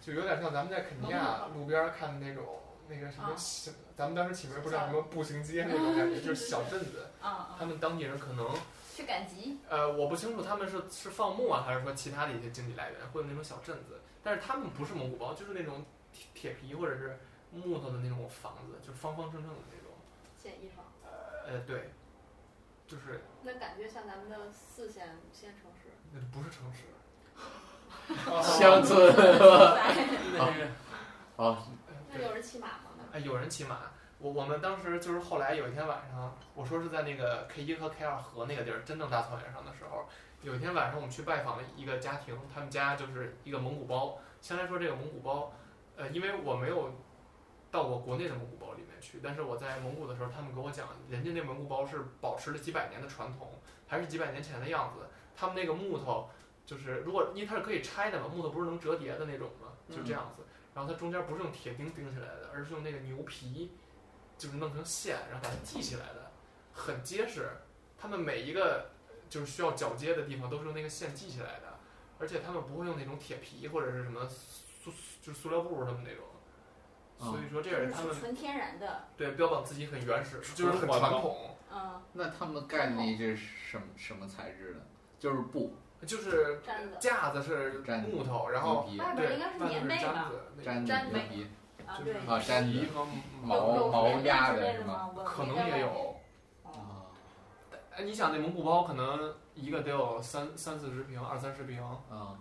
Speaker 4: 就有点像咱们在肯尼亚路边看的那种那个什么
Speaker 6: 啊
Speaker 4: 小，咱们当时起名不叫什么步行街那种感觉，就是小镇子。
Speaker 2: 啊
Speaker 4: 他们当地人可能，
Speaker 2: 去赶集，
Speaker 4: 呃，我不清楚他们是是放牧啊，还是说其他的一些经济来源，会有那种小镇子，但是他们不是蒙古包，就是那种铁铁皮或者是木头的那种房子，就是方方正正的那种。
Speaker 6: 简易房，
Speaker 4: 呃，对，就是
Speaker 6: 那感觉像咱们的四线五线城 市。
Speaker 4: 那呃不是城市，
Speaker 3: 哦
Speaker 5: 乡村。
Speaker 3: 那是
Speaker 6: 那有人骑马吗？
Speaker 4: 哎，呃有人骑马。我我们当时就是后来有一天晚上，我说是在那个 K 一和 K 二河那个地儿，真正大草原上的时候，有一天晚上我们去拜访了一个家庭，他们家就是一个蒙古包。先来说这个蒙古包，呃，因为我没有到过国内的蒙古包里面去，但是我在蒙古的时候，他们跟我讲，人家那蒙古包是保持了几百年的传统，还是几百年前的样子。他们那个木头就是，如果因为它是可以拆的嘛，木头不是能折叠的那种嘛，就这样子。然后它中间不是用铁钉钉起来的，而是用那个牛皮，就是弄成线，然后把它系起来的，很结实。他们每一个就是需要铰接的地方都是用那个线系起来的，而且他们不会用那种铁皮或者是什么塑就是塑料布什么那种。所以说，这也是他们
Speaker 2: 是纯天然的，
Speaker 4: 对标榜自己很原始，就是很
Speaker 3: 环
Speaker 4: 传
Speaker 3: 保
Speaker 4: 统，
Speaker 2: 嗯，
Speaker 5: 那他们盖的那这是什么什么材质的？就是布，
Speaker 4: 就是
Speaker 6: 毡子
Speaker 4: 架子是
Speaker 5: 毡
Speaker 4: 木头，然后
Speaker 5: 牛
Speaker 2: 外边
Speaker 5: 皮、
Speaker 4: 对
Speaker 2: 应该是
Speaker 4: 外面
Speaker 2: 棉被
Speaker 4: 是毡
Speaker 2: 吧？
Speaker 4: 子，那
Speaker 5: 毡
Speaker 6: 毡
Speaker 5: 子、牛皮、
Speaker 2: 啊，
Speaker 4: 就
Speaker 2: 对
Speaker 4: 是，
Speaker 5: 啊毡
Speaker 4: 皮
Speaker 5: 子、
Speaker 4: 和
Speaker 5: 毛
Speaker 4: 毛
Speaker 2: 有
Speaker 5: 毛
Speaker 2: 鸭
Speaker 5: 鸭的是吗？
Speaker 2: 吗？我
Speaker 4: 可能也有。
Speaker 6: 嗯
Speaker 2: 哦
Speaker 5: 啊
Speaker 4: 哎，你想那蒙古包可能一个得有三三四十平，二三十平。
Speaker 5: 啊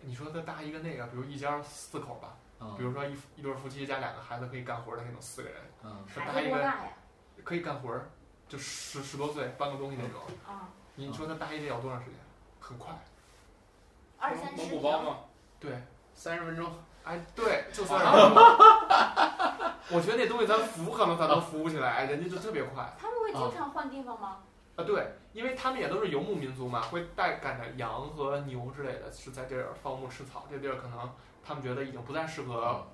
Speaker 4: 你说再搭一个那个，比如一家四口吧，
Speaker 5: 啊
Speaker 4: 比！如说一夫一对夫妻加两个孩子可以干活的那种，四个人，
Speaker 5: 嗯
Speaker 4: 再搭
Speaker 2: 孩子
Speaker 4: 一
Speaker 2: 多
Speaker 4: 个
Speaker 2: 大呀？
Speaker 4: 可以干活儿，就十十多岁搬个东西那种。
Speaker 5: 嗯
Speaker 2: 啊，
Speaker 4: 你说他搭一得要多长时间？很快。
Speaker 2: 二三
Speaker 3: 蒙
Speaker 2: 十
Speaker 3: 古
Speaker 2: 平。
Speaker 3: 包嘛，
Speaker 4: 对，
Speaker 5: 三十分钟， 哦
Speaker 4: 哎，对，就算是。 我觉得那东西咱扶可能咱能扶不起来，人家就特别快。
Speaker 2: 他们会经常换地方吗？
Speaker 4: 啊，对，因为他们也都是游牧民族嘛，会带赶着羊和牛之类的，是在这儿放牧吃草。这地儿可能他们觉得已经不再适合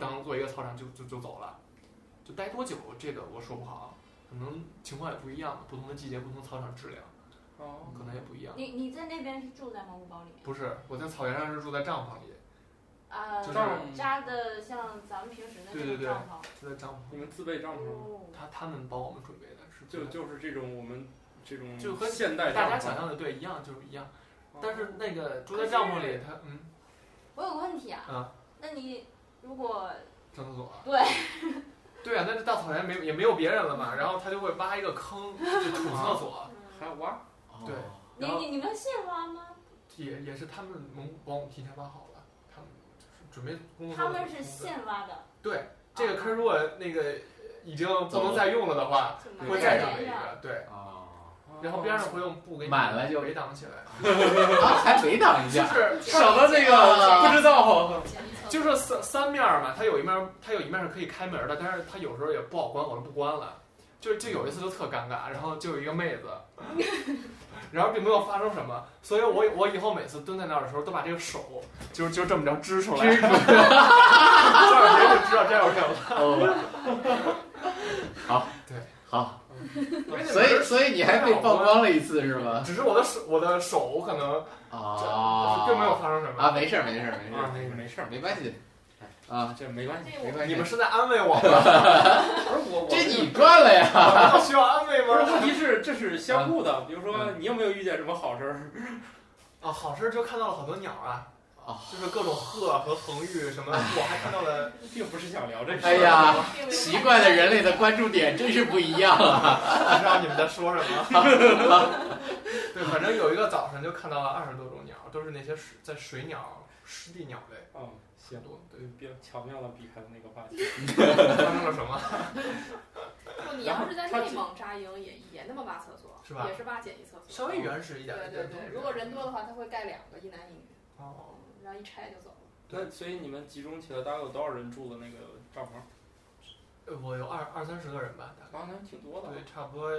Speaker 4: 当做一个草场就就就走了，就待多久这个我说不好，可能情况也不一样，不同的季节、不同的草场质量
Speaker 3: 哦，
Speaker 4: 可能也不一样。
Speaker 2: 你你在那边是住在蒙古包里面？
Speaker 4: 不是，我在草原上是住在帐篷里，
Speaker 2: 啊
Speaker 4: 就，是
Speaker 2: 扎的像咱们平时的
Speaker 4: 对
Speaker 2: 那
Speaker 4: 对
Speaker 2: 种帐篷。
Speaker 4: 对住在帐篷
Speaker 3: 你
Speaker 4: 里。
Speaker 3: 们自备帐篷吗？
Speaker 2: 哦，
Speaker 4: 他他们帮我们准备的是
Speaker 3: 就
Speaker 4: 最
Speaker 3: 就是这种我们这种
Speaker 4: 就和
Speaker 3: 现代
Speaker 4: 大
Speaker 3: 帐
Speaker 4: 家
Speaker 3: 篷
Speaker 4: 想象的对一样，就是一样。
Speaker 3: 哦
Speaker 4: 但是那个住在帐篷里，他嗯
Speaker 2: 我有个问题
Speaker 4: 嗯
Speaker 2: 啊，那你如果
Speaker 4: 上厕所。
Speaker 2: 对
Speaker 4: 对啊，那这大草原没也没有别人了嘛，然后他就会挖一个坑，就土
Speaker 5: 啊
Speaker 6: 嗯
Speaker 4: 厕所，
Speaker 3: 还有挖，
Speaker 4: 对
Speaker 2: 你
Speaker 4: 然后
Speaker 2: 你你们现挖吗？
Speaker 4: 也也是他们蒙古帮我们提前挖好了，他们就是准备工作。
Speaker 2: 他们是现挖的，
Speaker 4: 对这个坑，如果那个已经不能再用了的话，
Speaker 6: 就
Speaker 5: 对
Speaker 4: 会再准备一个，对，
Speaker 5: 啊，
Speaker 3: 哦
Speaker 4: 然后边上 会用布给你
Speaker 5: 满了就
Speaker 4: 围挡起来，
Speaker 5: 啊还围挡一
Speaker 4: 就
Speaker 5: 下，
Speaker 4: 是
Speaker 5: 省得这 个不知
Speaker 3: 啊
Speaker 5: 道。
Speaker 4: 就是三三面儿嘛，它有一面儿，它有一面儿是可以开门儿的，但是它有时候也不好关，我就不关了。就就有一次就特尴尬，然后就有一个妹子，然后并没有发生什么，所以我我以后每次蹲在那儿的时候，都把这个手就是就这么着支出来，支 出来，这样别人就知道这样有什么。
Speaker 5: 哦， 好，
Speaker 4: 对，
Speaker 5: 好，
Speaker 4: 因为那
Speaker 5: 所
Speaker 4: 门
Speaker 5: 以
Speaker 4: 儿
Speaker 5: 所以你还被曝光了一次是吗？
Speaker 4: 只是我的手我的手可能
Speaker 5: 啊，
Speaker 4: 并没有发生什么
Speaker 5: 啊，没事儿没事儿没事
Speaker 3: 啊，
Speaker 5: 儿
Speaker 3: 没没事儿，
Speaker 5: 没关系啊，
Speaker 3: 这没关系。
Speaker 6: 这
Speaker 5: 没
Speaker 6: 我
Speaker 5: 关系。
Speaker 4: 你们是在安慰我吗？
Speaker 3: 不是我，我
Speaker 5: 这你惯了呀？
Speaker 4: 我难道需要安慰
Speaker 3: 不是
Speaker 4: 吗？
Speaker 3: 问题是这
Speaker 5: 啊
Speaker 3: 是相互的，比如说你有没有遇见什么好事儿？
Speaker 4: 啊，好事儿就看到了好多鸟啊，
Speaker 5: 哦
Speaker 4: 就是各种鹤和恒玉什么，我还看到了，
Speaker 3: 并不是想聊这事。
Speaker 5: 哎呀，奇怪的人类的关注点真是不一样啊！
Speaker 4: 不知道你们在说什么。 对，反正有一个早晨就看到了二十多种鸟，都是那些水在水鸟、湿地鸟类
Speaker 3: 嗯，行
Speaker 4: 很，多。对，
Speaker 3: 对，比较巧妙的避开了那个话题。
Speaker 4: 发生了什么？
Speaker 6: 不，你要是在内蒙扎营，也也那么挖厕所，
Speaker 4: 是吧
Speaker 6: 也是挖简易厕所。
Speaker 4: 稍微原始一点
Speaker 6: 对
Speaker 4: 的
Speaker 6: 对
Speaker 4: 地
Speaker 6: 对，
Speaker 4: 方
Speaker 6: 如果人多的话，他会盖两个，一男一女，
Speaker 4: 哦，
Speaker 6: 然后一拆就走了。
Speaker 3: 那所以你们集中起来，大概有多少人住的那个帐篷？
Speaker 4: 呃我有二二三十个人吧，大概。
Speaker 3: 啊，那挺多的。
Speaker 4: 对，差不多。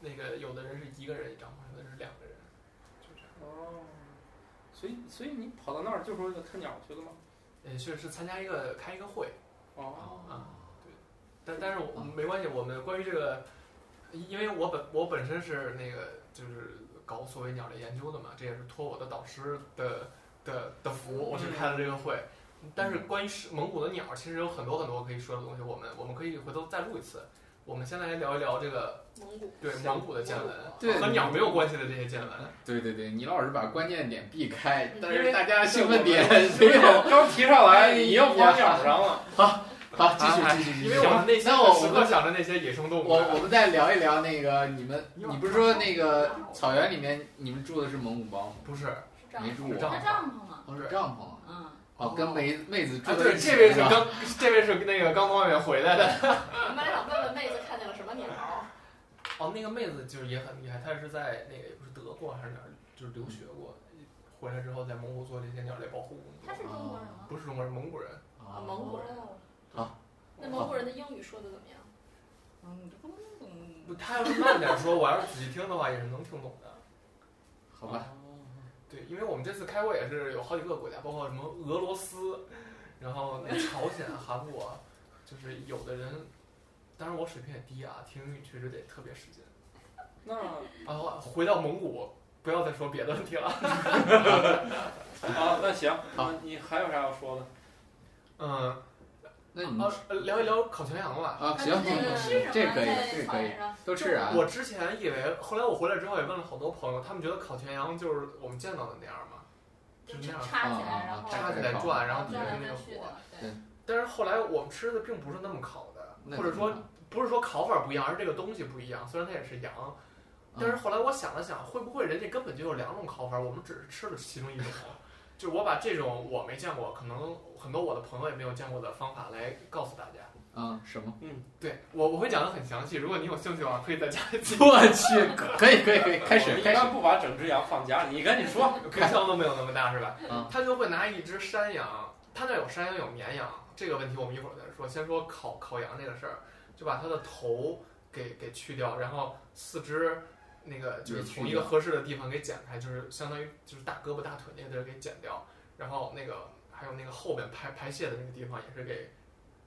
Speaker 4: 那个有的人是一个人一张有的人是两个人，就这样。
Speaker 3: 哦，所以所以你跑到那儿就说看鸟去了吗？
Speaker 4: 呃，是是参加一个开一个会，
Speaker 3: 哦，
Speaker 4: 啊但但是我没关系，我们关于这个，因为我本我本身是那个就是搞所谓鸟类研究的嘛，这也是托我的导师的的的福，我去开了这个会。但是关于是蒙古的鸟，其实有很多很多可以说的东西，我们我们可以回头再录一次。我们先来聊一聊这个
Speaker 6: 蒙古
Speaker 4: 对蒙古嗯的见闻，
Speaker 5: 对
Speaker 4: 和鸟没有关系的这些见闻。
Speaker 5: 对对对，你老是把关键点避开，但
Speaker 3: 因
Speaker 6: 嗯
Speaker 5: 是
Speaker 3: 为
Speaker 5: 大家哎兴奋点没
Speaker 3: 对
Speaker 5: 有。
Speaker 3: 我刚提上来，
Speaker 5: 哎
Speaker 3: 你又
Speaker 5: 呀
Speaker 3: 往鸟上了。
Speaker 5: 好，继续继续继
Speaker 4: 因
Speaker 5: 续
Speaker 4: 为。我们内心
Speaker 5: 那我
Speaker 4: 时刻想着那些野生动物。
Speaker 5: 我我们再聊一聊那个你们，你不是说那个草原里面你们住的是蒙古包吗？
Speaker 4: 不是，
Speaker 2: 是帐
Speaker 5: 没
Speaker 2: 篷，
Speaker 5: 住
Speaker 4: 是
Speaker 5: 过
Speaker 4: 帐篷
Speaker 2: 是帐篷吗？
Speaker 5: 哦，是帐篷啊。
Speaker 2: 嗯，
Speaker 5: 哦，跟梅妹子
Speaker 4: 啊，
Speaker 5: 住在
Speaker 4: 对，
Speaker 5: 一起
Speaker 4: 这位是
Speaker 5: 吧
Speaker 4: 刚，这位是那个刚从外面回来的。
Speaker 6: 我们本来想问问妹子看见了什么鸟，
Speaker 4: 哦，那个妹子就是也很厉害，她是在那个也不是德国还是哪儿，就是留学过，
Speaker 5: 嗯
Speaker 4: 回来之后在蒙古做这些鸟类保护工
Speaker 6: 他
Speaker 4: 作。
Speaker 6: 是中国人吗？
Speaker 4: 不是中国人，蒙古人。
Speaker 6: 啊，蒙古人。
Speaker 5: 啊，
Speaker 6: 那蒙古人的英语说的怎么样？
Speaker 2: 嗯，
Speaker 4: 不她要是慢点说，我要是仔细听的话，也是能听懂的。
Speaker 5: 好吧，
Speaker 4: 对，因为我们这次开会也是有好几个国家，包括什么俄罗斯，然后那朝鲜、 韩国，就是有的人，当然我水平也低啊，听英语确实得特别使劲。
Speaker 3: 那
Speaker 4: 然后回到蒙古，不要再说别的问题了。
Speaker 3: 啊，那行，
Speaker 5: 好
Speaker 3: 那你还有啥要说的？
Speaker 4: 嗯，
Speaker 5: 那你们
Speaker 4: 啊，聊一聊烤全羊吧。
Speaker 5: 啊，行
Speaker 6: 那
Speaker 5: 行行，
Speaker 6: 个吃什么
Speaker 5: 这可以
Speaker 6: 在
Speaker 5: 这可以
Speaker 6: 草原上？
Speaker 5: 都啊吃啥？
Speaker 4: 我之前以为，后来我回来之后也问了好多朋友，他们觉得烤全羊就是我们见到的那样嘛，
Speaker 6: 就
Speaker 4: 就那样
Speaker 6: 插起
Speaker 5: 啊啊
Speaker 6: 来，然后
Speaker 4: 插起来转，然后底下是那个
Speaker 6: 转
Speaker 4: 火。
Speaker 6: 去的，对
Speaker 5: 对
Speaker 4: 但是后来我们吃的并不是那么烤的，
Speaker 5: 那
Speaker 4: 或者
Speaker 5: 怎
Speaker 4: 说
Speaker 5: 么
Speaker 4: 不是说烤法不一样，而是这个东西不一样。虽然它也是羊，但是后来我想了想，会不会人家根本就有两种烤法，我们只是吃了其中一种？就是我把这种我没见过，可能很多我的朋友也没有见过的方法来告诉大家。
Speaker 5: 啊什么？
Speaker 4: 对我我会讲的很详细，如果你有兴趣的话，可以在家里自己
Speaker 5: 我去，可以可以可以，哎开
Speaker 3: 我们
Speaker 5: 始
Speaker 3: 哦一
Speaker 5: 开始
Speaker 3: 般。不把整只羊放家里，你赶紧说。
Speaker 4: 冰箱都没有那么大是吧？
Speaker 5: 嗯
Speaker 4: 他就会拿一只山羊，他那有山羊有绵羊，这个问题我们一会儿再说。先说烤烤羊这个事儿，就把它的头给给去掉，然后四肢那个就是从一个合适的地方给剪开，就是相当于就是大胳膊大腿那个地儿给剪掉，然后那个还有那个后边排排泄的那个地方也是给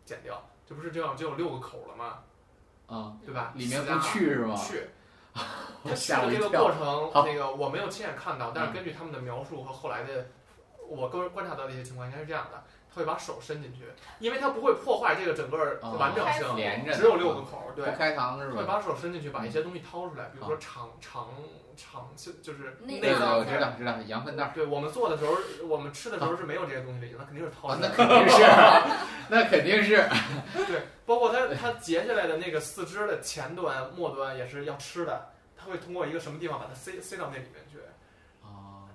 Speaker 4: 剪掉，这不是这样就有六个口了吗？
Speaker 5: 啊，
Speaker 4: 对吧？
Speaker 5: 里面
Speaker 4: 死
Speaker 5: 不
Speaker 4: 鸭
Speaker 5: 去是吗？
Speaker 4: 去，他去
Speaker 5: 吓我
Speaker 4: 的
Speaker 5: 一
Speaker 4: 这个
Speaker 5: 跳
Speaker 4: 过程，
Speaker 5: 好嗯
Speaker 4: 那个我没有亲眼看到，但是根据他们的描述和后来的我个人观察到的一些情况，应该是这样的：他会把手伸进去，因为他不会破坏这个整个
Speaker 5: 哦
Speaker 4: 完整
Speaker 6: 开
Speaker 4: 性，
Speaker 5: 连着的嗯
Speaker 4: 只有六个口儿，
Speaker 5: 不
Speaker 4: 对。
Speaker 5: 开膛是
Speaker 4: 会
Speaker 5: 吧？嗯哦
Speaker 4: 把手伸进去，把一些东西掏出来，比如说肠、肠、肠，就就是
Speaker 6: 内
Speaker 5: 那
Speaker 6: 脏
Speaker 5: 个我知道知道，羊粪蛋儿
Speaker 4: 对我们做的时候，我们吃的时候是没有这些东西的，那肯定是掏
Speaker 5: 啊
Speaker 4: 出，
Speaker 5: 那
Speaker 4: 来的。
Speaker 5: 肯定是， 那肯定是
Speaker 4: 对，包括它它截下来的那个四肢的前端、末端也是要吃的，它会通过一个什么地方把它塞塞到那里面去，
Speaker 5: 啊，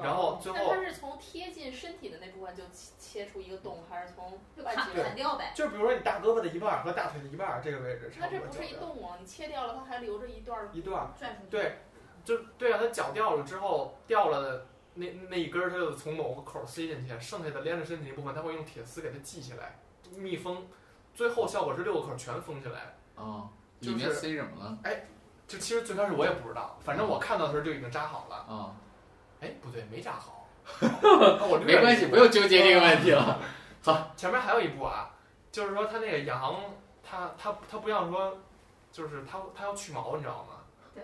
Speaker 3: 哦
Speaker 4: 然后最
Speaker 6: 但
Speaker 4: 后
Speaker 6: 它是从贴近身体的那部分就切切出一个洞，还是从
Speaker 2: 就
Speaker 6: 外
Speaker 2: 砍
Speaker 6: 界？
Speaker 2: 砍掉呗。
Speaker 4: 就是比如说你大胳膊的一半儿和大腿的一半儿这个位置，
Speaker 6: 那
Speaker 4: 差不
Speaker 6: 这
Speaker 4: 多
Speaker 6: 不是一
Speaker 4: 绞掉
Speaker 6: 洞啊，你切掉了，它还留着一段儿
Speaker 4: 一段儿，
Speaker 2: 拽出去。
Speaker 4: 对，就对啊，它绞掉了之后掉了那那一根儿，它就从某个口儿塞进去，剩下的连着身体一部分，它会用铁丝给它系起来，密封，最后效果是六个口儿全封起来。
Speaker 5: 啊，
Speaker 4: 就
Speaker 5: 里面
Speaker 4: 是
Speaker 5: 塞嗯什么了？
Speaker 4: 就其实最开始我也不知道，反正我看到的时候就已经扎好了。
Speaker 5: 啊，
Speaker 4: 哎，不对，没扎好。 那我略
Speaker 5: 没关系，不用纠结这个问题了。
Speaker 4: 前面还有一步啊，就是说它那个羊，它它它不像说，就是它它要去毛，你知道吗？
Speaker 6: 对，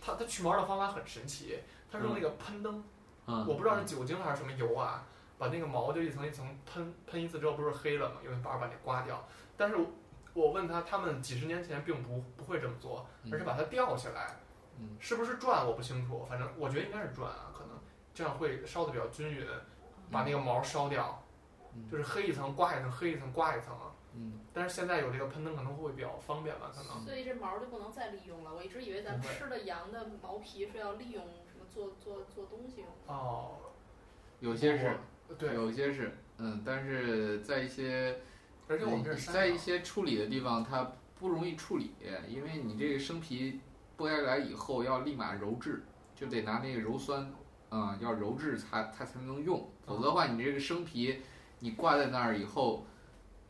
Speaker 4: 它它去毛的方法很神奇，它是用那个喷灯，
Speaker 5: 嗯，
Speaker 4: 我不知道是酒精还是什么油啊，把那个毛就一层一层喷喷一次之后不是黑了吗？用把把那刮掉。但是我我问他，他们几十年前并不不会这么做，而是把它吊起来，
Speaker 5: 嗯，
Speaker 4: 是不是转我不清楚，反正我觉得应该是转啊，可能这样会烧的比较均匀。把那个毛烧掉，
Speaker 5: 嗯
Speaker 4: 就是黑一层刮一层，黑一层刮一层。啊
Speaker 5: 嗯，
Speaker 4: 但是现在有这个喷灯可能会比较方便吧，可能。
Speaker 6: 所以这毛就不能再利用了。我一直以为咱们吃的羊的毛皮是要利用什么做做做东西用的。
Speaker 4: 哦，
Speaker 5: 有些是，
Speaker 4: 对，
Speaker 5: 有些是，嗯，但是在一些
Speaker 4: 而且我们这是山
Speaker 5: 在一
Speaker 4: 羊
Speaker 5: 些处理的地方，它不容易处理，因为你这个生皮剥下来以后要立马揉制，就得拿那个鞣酸，啊、要揉制它它才能用，否则的话你这个生皮你挂在那儿以后，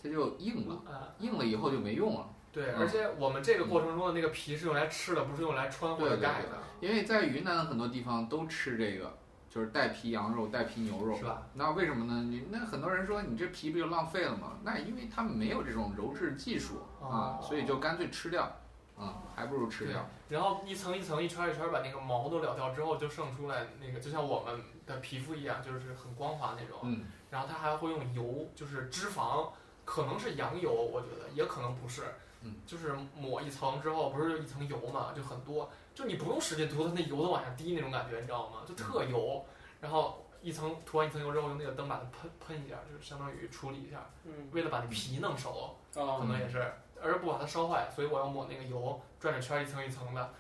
Speaker 5: 它就硬了，
Speaker 4: 啊，
Speaker 5: 硬了以后就没用了。
Speaker 4: 对，
Speaker 5: 嗯
Speaker 4: 而且我们这个过程中的那个皮是用来吃的，不是用来穿或者
Speaker 5: 对对
Speaker 4: 盖的，
Speaker 5: 因为在云南很多地方都吃这个，就是带皮羊肉、带皮牛肉
Speaker 4: 是。吧？
Speaker 5: 那为什么呢？你那很多人说你这皮不就浪费了吗？那因为他们没有这种揉制技术啊
Speaker 4: 哦，
Speaker 5: 所以就干脆吃掉，啊，还不如吃
Speaker 4: 对
Speaker 5: 掉。
Speaker 4: 然后一层一层、一圈儿一圈儿把那个毛都燎掉之后，就剩出来那个，就像我们的皮肤一样，就是很光滑那种。
Speaker 5: 嗯，
Speaker 4: 然后它还会用油，就是脂肪，可能是羊油，我觉得也可能不是。
Speaker 5: 嗯，
Speaker 4: 就是抹一层之后，不是一层油嘛，就很多，就你不用使劲涂，它那油都往下滴那种感觉，你知道吗？就特
Speaker 5: 嗯
Speaker 4: 油。然后一层涂完一层油之后，用那个灯把它喷喷一下，就是相当于处理一下，
Speaker 3: 嗯，
Speaker 4: 为了把那皮弄熟，可
Speaker 3: 哦，
Speaker 4: 能也是，而不把它烧坏，所以我要抹那个油，转着圈儿一层一层的。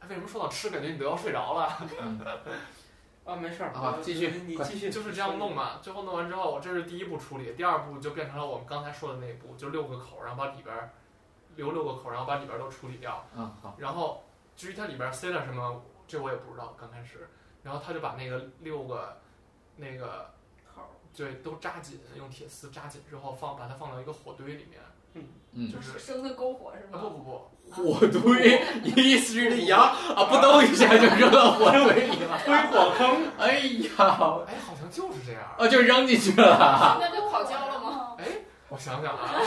Speaker 4: 哎为什么说到吃，感觉你都要睡着了？
Speaker 3: 啊，没事儿
Speaker 5: 啊
Speaker 3: 我
Speaker 5: 继续
Speaker 3: 你
Speaker 5: 快
Speaker 3: 继续，
Speaker 4: 就是这样弄嘛。最后弄完之后，我这是第一步处理，第二步就变成了我们刚才说的那一步，就六个口，然后把里边儿留六个口，然后把里边儿都处理掉。
Speaker 5: 嗯，好，
Speaker 4: 然后至于它里边儿塞了什么，这我也不知道，刚开始。然后他就把那个六个那个
Speaker 2: 口儿
Speaker 4: 对都扎紧，用铁丝扎紧之后放，把它放到一个火堆里面，
Speaker 5: 嗯
Speaker 4: 就，是。
Speaker 2: 生的篝火是
Speaker 4: 啊不
Speaker 2: 吗？
Speaker 4: 不不，
Speaker 5: 火堆，你意思是这羊啊，扑通一下就扔到火堆里了？
Speaker 3: 推 火坑，
Speaker 5: 哎呀，
Speaker 4: 哎，好像就是这样。
Speaker 5: 哦，就扔进去了。
Speaker 6: 那就烤焦了吗？
Speaker 2: 吗？
Speaker 4: 我想想啊，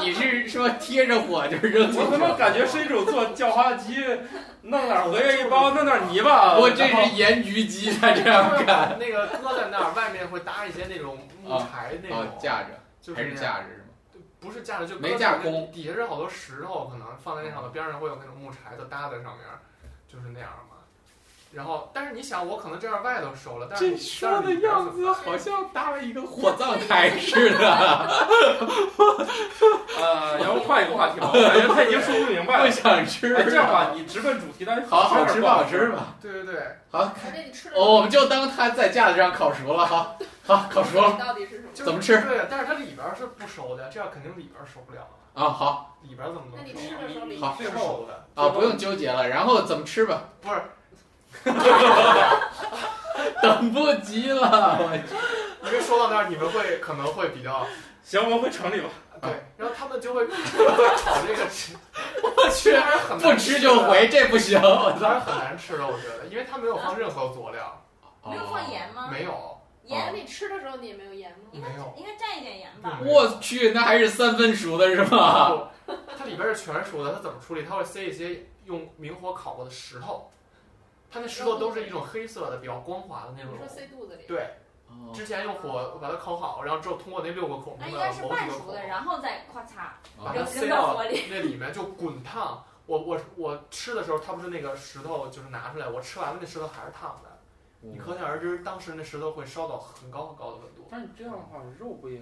Speaker 5: 你是说贴着火就扔进
Speaker 3: 我
Speaker 5: 去
Speaker 3: 他妈
Speaker 5: 了？
Speaker 3: 感觉是一种做叫花 鸡，弄点儿荷叶一包，弄点儿泥巴，
Speaker 5: 我这
Speaker 3: 然后
Speaker 5: 是盐焗鸡，他这样
Speaker 4: 就是
Speaker 5: 干。
Speaker 4: 把那个搁在那儿，外面会搭一些那种木
Speaker 5: 啊
Speaker 4: 柴那
Speaker 5: 哦，
Speaker 4: 种，
Speaker 5: 架着
Speaker 4: 就
Speaker 5: 还
Speaker 4: 是
Speaker 5: 是
Speaker 4: 那样
Speaker 5: 架着是吗？
Speaker 4: 不是架着，就
Speaker 5: 没架
Speaker 4: 搁在那个
Speaker 5: 空嗯
Speaker 4: 底下是好多石头，可能放在那上的边上会有那种木柴就搭在上面，就是那样嘛。然后，但是你想，我可能这样外头熟了，但是
Speaker 5: 这说的样子啊好像搭了一个火葬台
Speaker 6: 台
Speaker 5: 似 的，
Speaker 3: 呃，要不换一个话题吧，我感觉他已经说不明白
Speaker 5: 不
Speaker 3: 了。
Speaker 5: 想吃。
Speaker 3: 哎，这样吧，，你直奔主题，但是
Speaker 5: 好好
Speaker 3: 吃
Speaker 5: 吃不好吃？吧？
Speaker 4: 但是对对对，
Speaker 5: 好，
Speaker 6: 而且你吃的
Speaker 5: 哦我们就当它在架子上烤熟了，好，好烤熟了
Speaker 6: 到底是什么？
Speaker 4: 就是
Speaker 5: 怎么吃
Speaker 4: 对，但是它里边是不熟的，这样肯定里边熟不了，
Speaker 5: 啊，好
Speaker 4: 里边怎么
Speaker 6: 那
Speaker 4: 能
Speaker 6: 你吃
Speaker 4: 熟啊？
Speaker 6: 的时候里
Speaker 5: 好
Speaker 4: 是
Speaker 3: 最后
Speaker 4: 熟的，
Speaker 5: 啊，不用纠结了。然后怎么吃吧？
Speaker 4: 不是
Speaker 5: 等不及
Speaker 3: 啊
Speaker 5: 了，我
Speaker 4: 因为说到那儿，你们会可能会比较
Speaker 3: 行，我们回城里吧。
Speaker 5: 啊
Speaker 4: 对，然后他们就会 炒这个吃，
Speaker 5: 我
Speaker 4: 这
Speaker 5: 去，
Speaker 4: 还是很难
Speaker 5: 不吃就
Speaker 4: 的，
Speaker 5: 回，这不行。
Speaker 3: 嗯
Speaker 5: 我
Speaker 4: 当然很难吃的，我觉得，因为它没有放任何佐料，
Speaker 2: 没有放盐
Speaker 5: 哦
Speaker 2: 吗？
Speaker 4: 没有，
Speaker 6: 盐你吃的时候你也没有盐吗？
Speaker 2: 应该
Speaker 4: 没有
Speaker 2: 应该蘸一点盐吧。
Speaker 5: 我去，那还是三分熟的是吗？
Speaker 4: 不，它里边是全熟的，它怎么处理？它会塞一些用明火烤过的石头，它那石头都是一种黑色的，比较光滑的那种
Speaker 6: 你。说塞肚子里。
Speaker 4: 对，
Speaker 5: 哦
Speaker 4: 之前用火把它烤好，然后之后通过那六个孔，
Speaker 2: 那应
Speaker 4: 通过
Speaker 2: 该是
Speaker 4: 某几
Speaker 2: 半
Speaker 4: 个
Speaker 2: 熟
Speaker 4: 孔
Speaker 2: 的，，然后再咔嚓
Speaker 5: 哦
Speaker 4: 把它
Speaker 2: 扔
Speaker 4: 塞
Speaker 2: 扔到
Speaker 4: 到
Speaker 2: 火里。
Speaker 4: 那里面就滚烫。我我我吃的时候，它不是那个石头，就是拿出来，我吃完了那石头还是烫的。你可想而知，当时那石头会烧到很高很高的温度。
Speaker 3: 但是这样的话，肉不也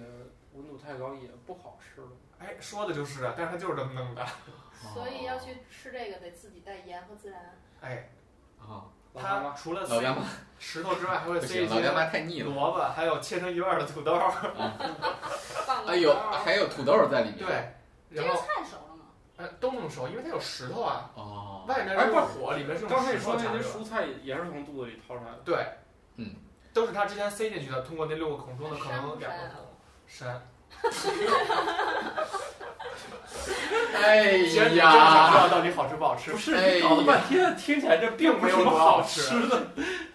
Speaker 3: 温度太高也不好吃了吗？
Speaker 4: 哎，说的就是啊，但是它就是这么弄的。
Speaker 5: 哦
Speaker 6: 所以要去吃这个得自己带盐和孜然。
Speaker 4: 哎，
Speaker 5: 啊，
Speaker 3: 老干
Speaker 4: 它
Speaker 3: 妈
Speaker 4: 除了
Speaker 5: 老干
Speaker 4: 塞
Speaker 5: 妈
Speaker 4: 石头之外，还会
Speaker 5: 不
Speaker 4: 塞一
Speaker 5: 行，老干
Speaker 4: 些
Speaker 5: 妈太腻了。
Speaker 4: 萝卜，还有切成一半的土豆。
Speaker 6: 放个
Speaker 5: 哎呦，
Speaker 6: 勺儿
Speaker 5: 还有土豆在里面。
Speaker 4: 对，
Speaker 2: 这
Speaker 4: 然
Speaker 2: 个
Speaker 4: 后
Speaker 2: 菜熟了吗？
Speaker 4: 呃都弄熟，因为它有石头啊，
Speaker 5: 哦，
Speaker 4: 外面
Speaker 3: 哎
Speaker 4: 是
Speaker 3: 不是
Speaker 4: 火，里面是用
Speaker 3: 刚才你
Speaker 4: 石头
Speaker 3: 说
Speaker 4: 夹
Speaker 3: 那
Speaker 4: 着
Speaker 3: 些
Speaker 4: 的
Speaker 3: 蔬菜也是从肚子里掏出来的，
Speaker 4: 对，
Speaker 5: 嗯，
Speaker 4: 都是它之前塞进去的，通过那六个孔中的可
Speaker 6: 山
Speaker 4: 能
Speaker 6: 不
Speaker 4: 两
Speaker 6: 山
Speaker 4: 个
Speaker 6: 啊
Speaker 4: 孔。山，
Speaker 5: 哎
Speaker 4: 其实你真的不知
Speaker 5: 呀，
Speaker 4: 道啊到底好吃不好吃
Speaker 3: 不，是
Speaker 5: 哎
Speaker 3: 你搞了半天，听起来这并不是什么好吃的。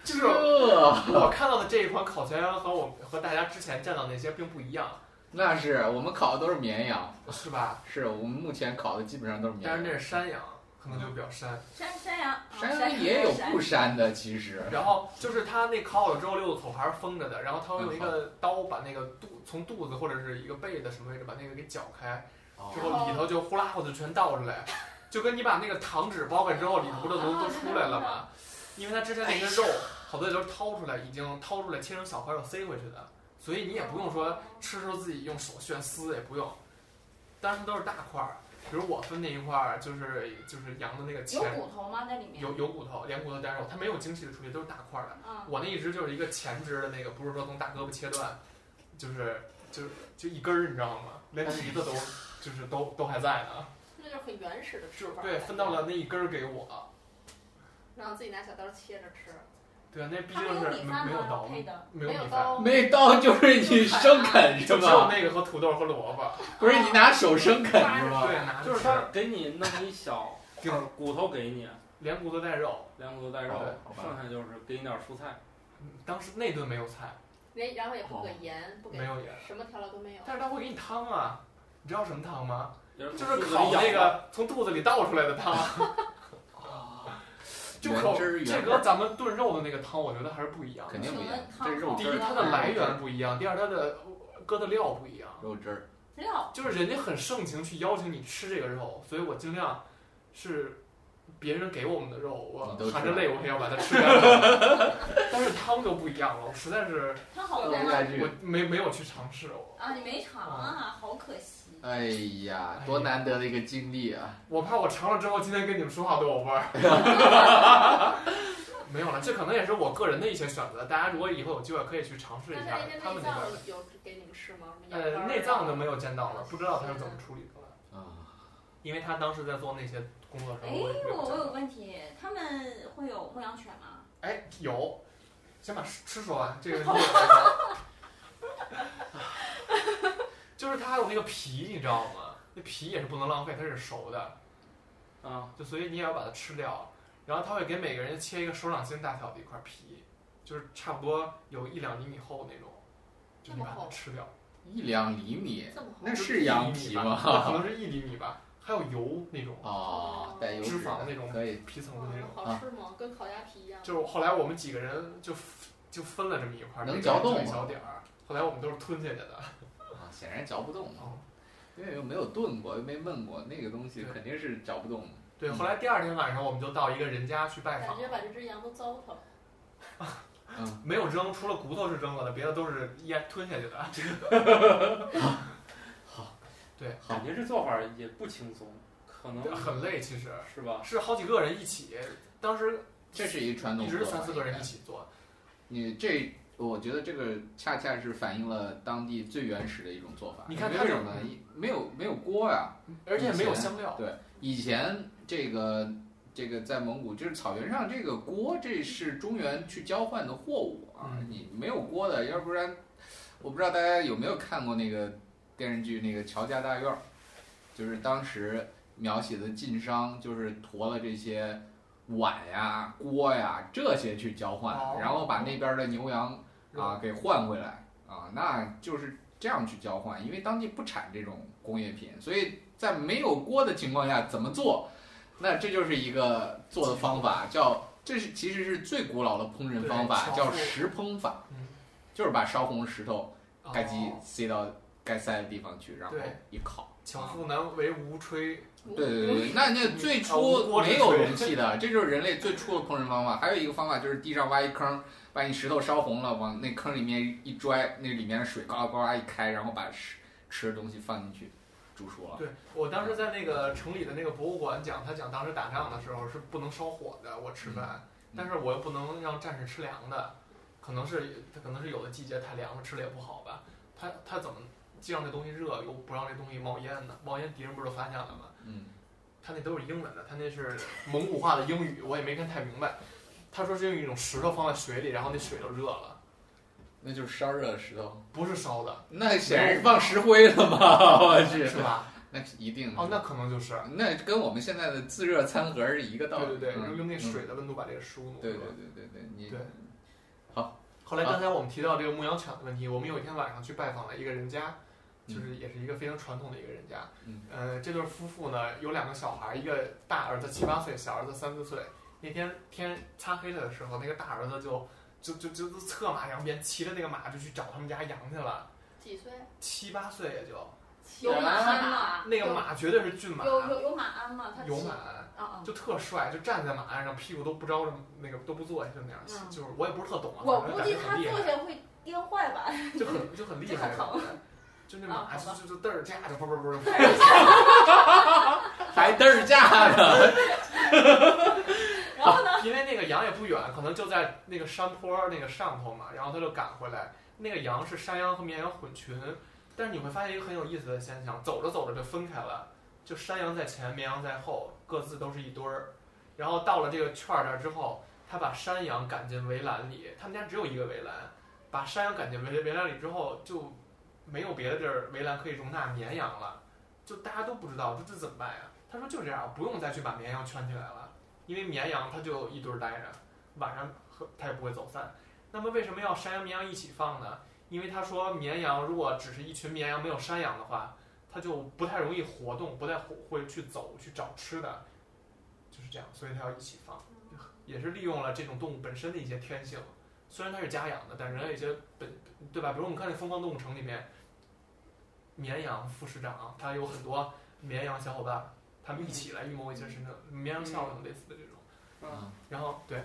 Speaker 4: 就是
Speaker 5: 这
Speaker 4: 我看到的这一款烤全羊和我和大家之前见到那些并不一样，
Speaker 5: 那是我们烤的都是绵羊，
Speaker 4: 是吧？
Speaker 5: 是我们目前烤的基本上都是绵
Speaker 4: 但是那
Speaker 5: 羊。
Speaker 4: 是山羊，可能就比较膻。
Speaker 2: 山山羊，啊
Speaker 5: 山羊也有
Speaker 2: 山
Speaker 5: 不
Speaker 6: 哦
Speaker 5: 膻的，其实。
Speaker 4: 然后就是它那烤好了之后，六个口还是封着的，然后它会用一个刀把那个肚从肚子或者是一个背的什么位置把那个给搅开，之后里头就呼啦呼的全倒出来，就跟你把那个糖纸包开之后，里头不就都都出来了吗？因为它之前那些肉，好多也都是掏出来，已经掏出来切成小块儿又塞回去的，所以你也不用说吃时候自己用手炫撕，也不用。但是都是大块儿，比如我分那一块儿就是就是羊的那个
Speaker 2: 有
Speaker 4: 前
Speaker 2: 骨头吗？那里面
Speaker 4: 有有骨头，连骨头带肉，它没有精细的处理，都是大块儿的。
Speaker 2: 嗯，
Speaker 4: 我那一只就是一个前肢的那个，不是说从大胳膊切断，就是就是就一根儿，你知道吗？连蹄子都就是都都还在呢，
Speaker 6: 那就是很原始的吃
Speaker 4: 就
Speaker 6: 法。
Speaker 4: 对分到，了那一根儿给我。
Speaker 6: 然后自己拿小刀切着吃。
Speaker 4: 对，那毕
Speaker 2: 它没
Speaker 4: 竟
Speaker 2: 有
Speaker 4: 是
Speaker 2: 米
Speaker 4: 没
Speaker 2: 饭
Speaker 4: 没有
Speaker 2: 吗
Speaker 4: 刀，
Speaker 2: 配的？
Speaker 4: 没有
Speaker 6: 没有
Speaker 4: 米
Speaker 6: 刀
Speaker 4: 饭，
Speaker 5: 那刀就是你生啃是
Speaker 4: 就只有
Speaker 5: 吧？
Speaker 4: 那个和土豆和萝卜。
Speaker 5: 不是你拿手生啃是吧？
Speaker 4: 对，拿着
Speaker 3: 啊就是
Speaker 4: 吃
Speaker 3: 他给你弄一小
Speaker 4: 丁儿
Speaker 3: 骨头给你，
Speaker 4: 连骨头带肉。
Speaker 3: 连骨头带肉
Speaker 5: 好的好，吧
Speaker 3: 剩下就是给你点蔬菜。
Speaker 4: 当时那顿没有菜，
Speaker 6: 那然后也不搁盐，不给
Speaker 4: 没有盐，
Speaker 6: 什么调料都没有。
Speaker 4: 但是他会给你汤啊，你知道什么汤吗？
Speaker 3: 就
Speaker 4: 就是烤那个从肚子里倒出来的 汤。就口
Speaker 5: 原汁
Speaker 4: 这
Speaker 5: 原味
Speaker 4: 跟咱们炖肉的那个汤，我觉得还是不一样的。
Speaker 5: 肯定嗯不一
Speaker 4: 啊
Speaker 5: 样，这
Speaker 2: 请问
Speaker 5: 肉
Speaker 4: 第
Speaker 5: 汁
Speaker 4: 一，
Speaker 6: 啊
Speaker 5: 儿，
Speaker 4: 它的来源不一样；第二，它的搁的料不一样。
Speaker 5: 肉汁儿，
Speaker 2: 料
Speaker 4: 就是人家很盛情去邀请你吃这个肉，所以我尽量是别人给我们的肉，我
Speaker 5: 你都吃
Speaker 4: 含着 泪我也要把它吃干。 但是汤就不一样了，我实在是
Speaker 2: 它好
Speaker 5: 喝
Speaker 6: 啊
Speaker 2: 闻
Speaker 5: 不
Speaker 2: 吗
Speaker 5: 下？去
Speaker 4: 我。没没有去尝试我。
Speaker 2: 啊，你没尝啊，好可惜。
Speaker 5: 哎呀，多难得的一个经历啊！
Speaker 4: 我怕我尝了之后，今天跟你们说话都有味儿。 没有了，这可能也是我个人的一些选择。大家如果以后有机会可以去尝试一
Speaker 6: 但是
Speaker 4: 下
Speaker 6: 人家
Speaker 4: 他
Speaker 6: 内
Speaker 4: 们那
Speaker 6: 脏
Speaker 4: 边。
Speaker 6: 有给你们吃吗？什么羊肝
Speaker 4: 呃，
Speaker 6: 儿
Speaker 4: 内脏
Speaker 6: 啊
Speaker 4: 的没有见到了，不知道他是怎么处理的了。
Speaker 5: 啊，
Speaker 4: 因为他当时在做那些工作的时
Speaker 2: 哎，
Speaker 4: 候，我也没
Speaker 2: 我我有
Speaker 4: 有见
Speaker 2: 个问题，他们会有牧羊犬吗？
Speaker 4: 哎，有，先把吃说 完这个问题。 就是它有那个皮，你知道吗？那皮也是不能浪费，它是熟的。
Speaker 3: 啊，
Speaker 4: 就所以你也要把它吃掉。然后他会给每个人切一个手掌心大小的一块皮，就是差不多有一两厘米厚那种，就你把它吃掉。
Speaker 5: 一两厘米，
Speaker 6: 这么好
Speaker 5: 那是羊皮吗？
Speaker 4: 那 可能是一厘米吧，还有油那种
Speaker 5: 哦，带油
Speaker 4: 啊脂
Speaker 5: 脂
Speaker 4: 肪那种
Speaker 5: 可以，
Speaker 4: 皮层
Speaker 6: 哇
Speaker 4: 的那
Speaker 6: 那
Speaker 4: 种。啊
Speaker 6: 好吃吗？跟烤鸭皮一样吗。
Speaker 4: 就是后来我们几个人就就分了这么一块，
Speaker 5: 能
Speaker 4: 每个人
Speaker 5: 嚼动
Speaker 4: 就一
Speaker 5: 吗
Speaker 4: 小点儿。后来我们都是吞下去的。
Speaker 5: 啊，显然嚼不动啊
Speaker 4: 哦，
Speaker 5: 因为又没有炖过，又没焖过，那个东西肯定是嚼不动的。
Speaker 4: 对，
Speaker 5: 嗯
Speaker 4: 后来第二天晚上我们就到一个人家去拜
Speaker 6: 感
Speaker 4: 访，
Speaker 6: 觉把这只羊都糟蹋了。
Speaker 4: 没有扔，除了骨头是扔了的，别的都是咽吞下去的。啊
Speaker 3: 感觉这做法也不轻松，可
Speaker 5: 嗯
Speaker 3: 能
Speaker 4: 很累，其实
Speaker 3: 是吧？
Speaker 4: 是好几个人一起，当时
Speaker 5: 这是一传统
Speaker 4: 一
Speaker 5: 做
Speaker 4: 直
Speaker 5: 法，
Speaker 4: 三四个人一
Speaker 5: 应该
Speaker 4: 起做，
Speaker 5: 你这，我觉得这个恰恰是反映了当地最原始的一种做法。
Speaker 4: 你看
Speaker 5: 为
Speaker 4: 它这
Speaker 5: 啊
Speaker 4: 嗯
Speaker 5: 什么呢？一没有没有锅呀、
Speaker 4: 而且没有香料。
Speaker 5: 对，以前这个这个在蒙古就是草原上这个锅，这是中原去交换的货物啊
Speaker 4: 嗯，
Speaker 5: 你没有锅的，要不然我不知道大家有没有看过那个电视剧那个《乔家大院》，就是当时描写的晋商就是驮了这些碗呀、锅呀这些去交
Speaker 4: 哦
Speaker 5: 换，然后把那边的牛羊啊给换回来啊，那就是这样去交换，因为当地不产这种工业品，所以在没有锅的情况下怎么做？那这就是一个做的方法，叫这是其实是最古老的烹饪方法，
Speaker 4: 对
Speaker 5: 叫
Speaker 4: 烧制
Speaker 5: 石烹法
Speaker 4: 嗯，
Speaker 5: 就是把烧红石头
Speaker 4: 哦
Speaker 5: 盖鸡塞到该塞的地方去，然后
Speaker 4: 对
Speaker 5: 一烤。
Speaker 4: 巧妇难为无炊，
Speaker 5: 对对对对，那那最
Speaker 4: 哦
Speaker 5: 初
Speaker 4: 锅是
Speaker 5: 没有
Speaker 4: 对
Speaker 5: 容器的，这就是人类最初的烹饪方法。还有一个方法就是地上挖一坑，把你石头烧红了，往那坑里面一拽，那里面的水呱呱一开，然后把吃吃的东西放进去，煮熟了。
Speaker 4: 对我当时在那个城里的那个博物馆讲，他讲当时打仗的时候是不能烧火的，我吃饭，
Speaker 5: 嗯
Speaker 4: 但是我又不能让战士吃凉的，可能是他可能是有的季节太凉了，吃了也不好吧。他他怎么既让这东西热，又不让这东西冒烟呢？冒烟敌人不是都发现了吗？
Speaker 5: 嗯，
Speaker 4: 他那都是英文的，他那是蒙古话的英语，我也没看太明白。他说是用一种石头放在水里，然后那水就热了，
Speaker 5: 那就是烧热的石头，
Speaker 4: 不是烧的，
Speaker 5: 那显然是放石灰 了吧？我去，
Speaker 4: 是吧？
Speaker 5: 那一定的
Speaker 4: 哦，那可能就是。
Speaker 5: 那跟我们现在的自热餐盒是一个道理。
Speaker 4: 对对对，
Speaker 5: 嗯
Speaker 4: 用那。
Speaker 5: 嗯
Speaker 4: 水的温度把这个输弄。
Speaker 5: 对对对对对，你
Speaker 4: 对
Speaker 5: 好，
Speaker 4: 后来刚才我们提到这个牧羊犬的问题，我们有一天晚上去拜访了一个人家，就是也是一个非常传统的一个人家。
Speaker 5: 嗯，
Speaker 4: 呃，这对夫妇呢有两个小孩，一个大儿子七八岁，小儿子三四岁。那天天擦黑了的时候，那个大儿子就就就就就策马扬鞭，骑着那个马就去找他们家羊去了，
Speaker 6: 几岁？
Speaker 4: 七八岁也就。
Speaker 2: 有马鞍吗？
Speaker 4: 那个马绝对是骏马，
Speaker 2: 啊有有有马鞍吗？它
Speaker 4: 有
Speaker 2: 骑
Speaker 4: 马。
Speaker 2: 啊啊！
Speaker 4: 就特帅，就站在马鞍上，屁股都不着着那个都不坐下，就那样骑。
Speaker 2: 嗯
Speaker 4: 就是我也不是特懂啊，
Speaker 2: 我
Speaker 4: 反正
Speaker 2: 估
Speaker 4: 感
Speaker 2: 计
Speaker 4: 觉很
Speaker 2: 他
Speaker 4: 厉害
Speaker 2: 坐下会颠坏吧？
Speaker 4: 就很就很厉害
Speaker 2: 这很，
Speaker 4: 就那马
Speaker 6: 啊好吧
Speaker 4: 就就就嘚儿架就啵啵啵啵，
Speaker 5: 还嘚儿架呢，
Speaker 2: 然后呢？
Speaker 4: 因为那个羊也不远，可能就在那个山坡那个上头嘛，然后他就赶回来。那个羊是山羊和绵羊混群，但是你会发现一个很有意思的现象，走着走着就分开了，就山羊在前，绵羊在后，各自都是一堆儿。然后到了这个圈儿这儿之后，他把山羊赶进围栏里，他们家只有一个围栏，把山羊赶进围围栏里之后，就没有别的地儿围栏可以容纳绵羊了，就大家都不知道这这怎么办呀？他说就这样，不用再去把绵羊圈起来了。因为绵羊它就一堆儿待着，晚上和它也不会走散。那么为什么要山羊绵羊一起放呢？因为他说绵羊如果只是一群绵羊没有山羊的话，它就不太容易活动，不太会去走去找吃的，就是这样，所以它要一起放，也是利用了这种动物本身的一些天性。虽然它是家养的，但人类一些本对吧？比如我们看那《疯狂动物城》里面，绵羊副市长他有很多绵羊小伙伴，他们一起来预谋一些事情，绵羊效应类似的这种。
Speaker 5: 嗯
Speaker 4: 然后对，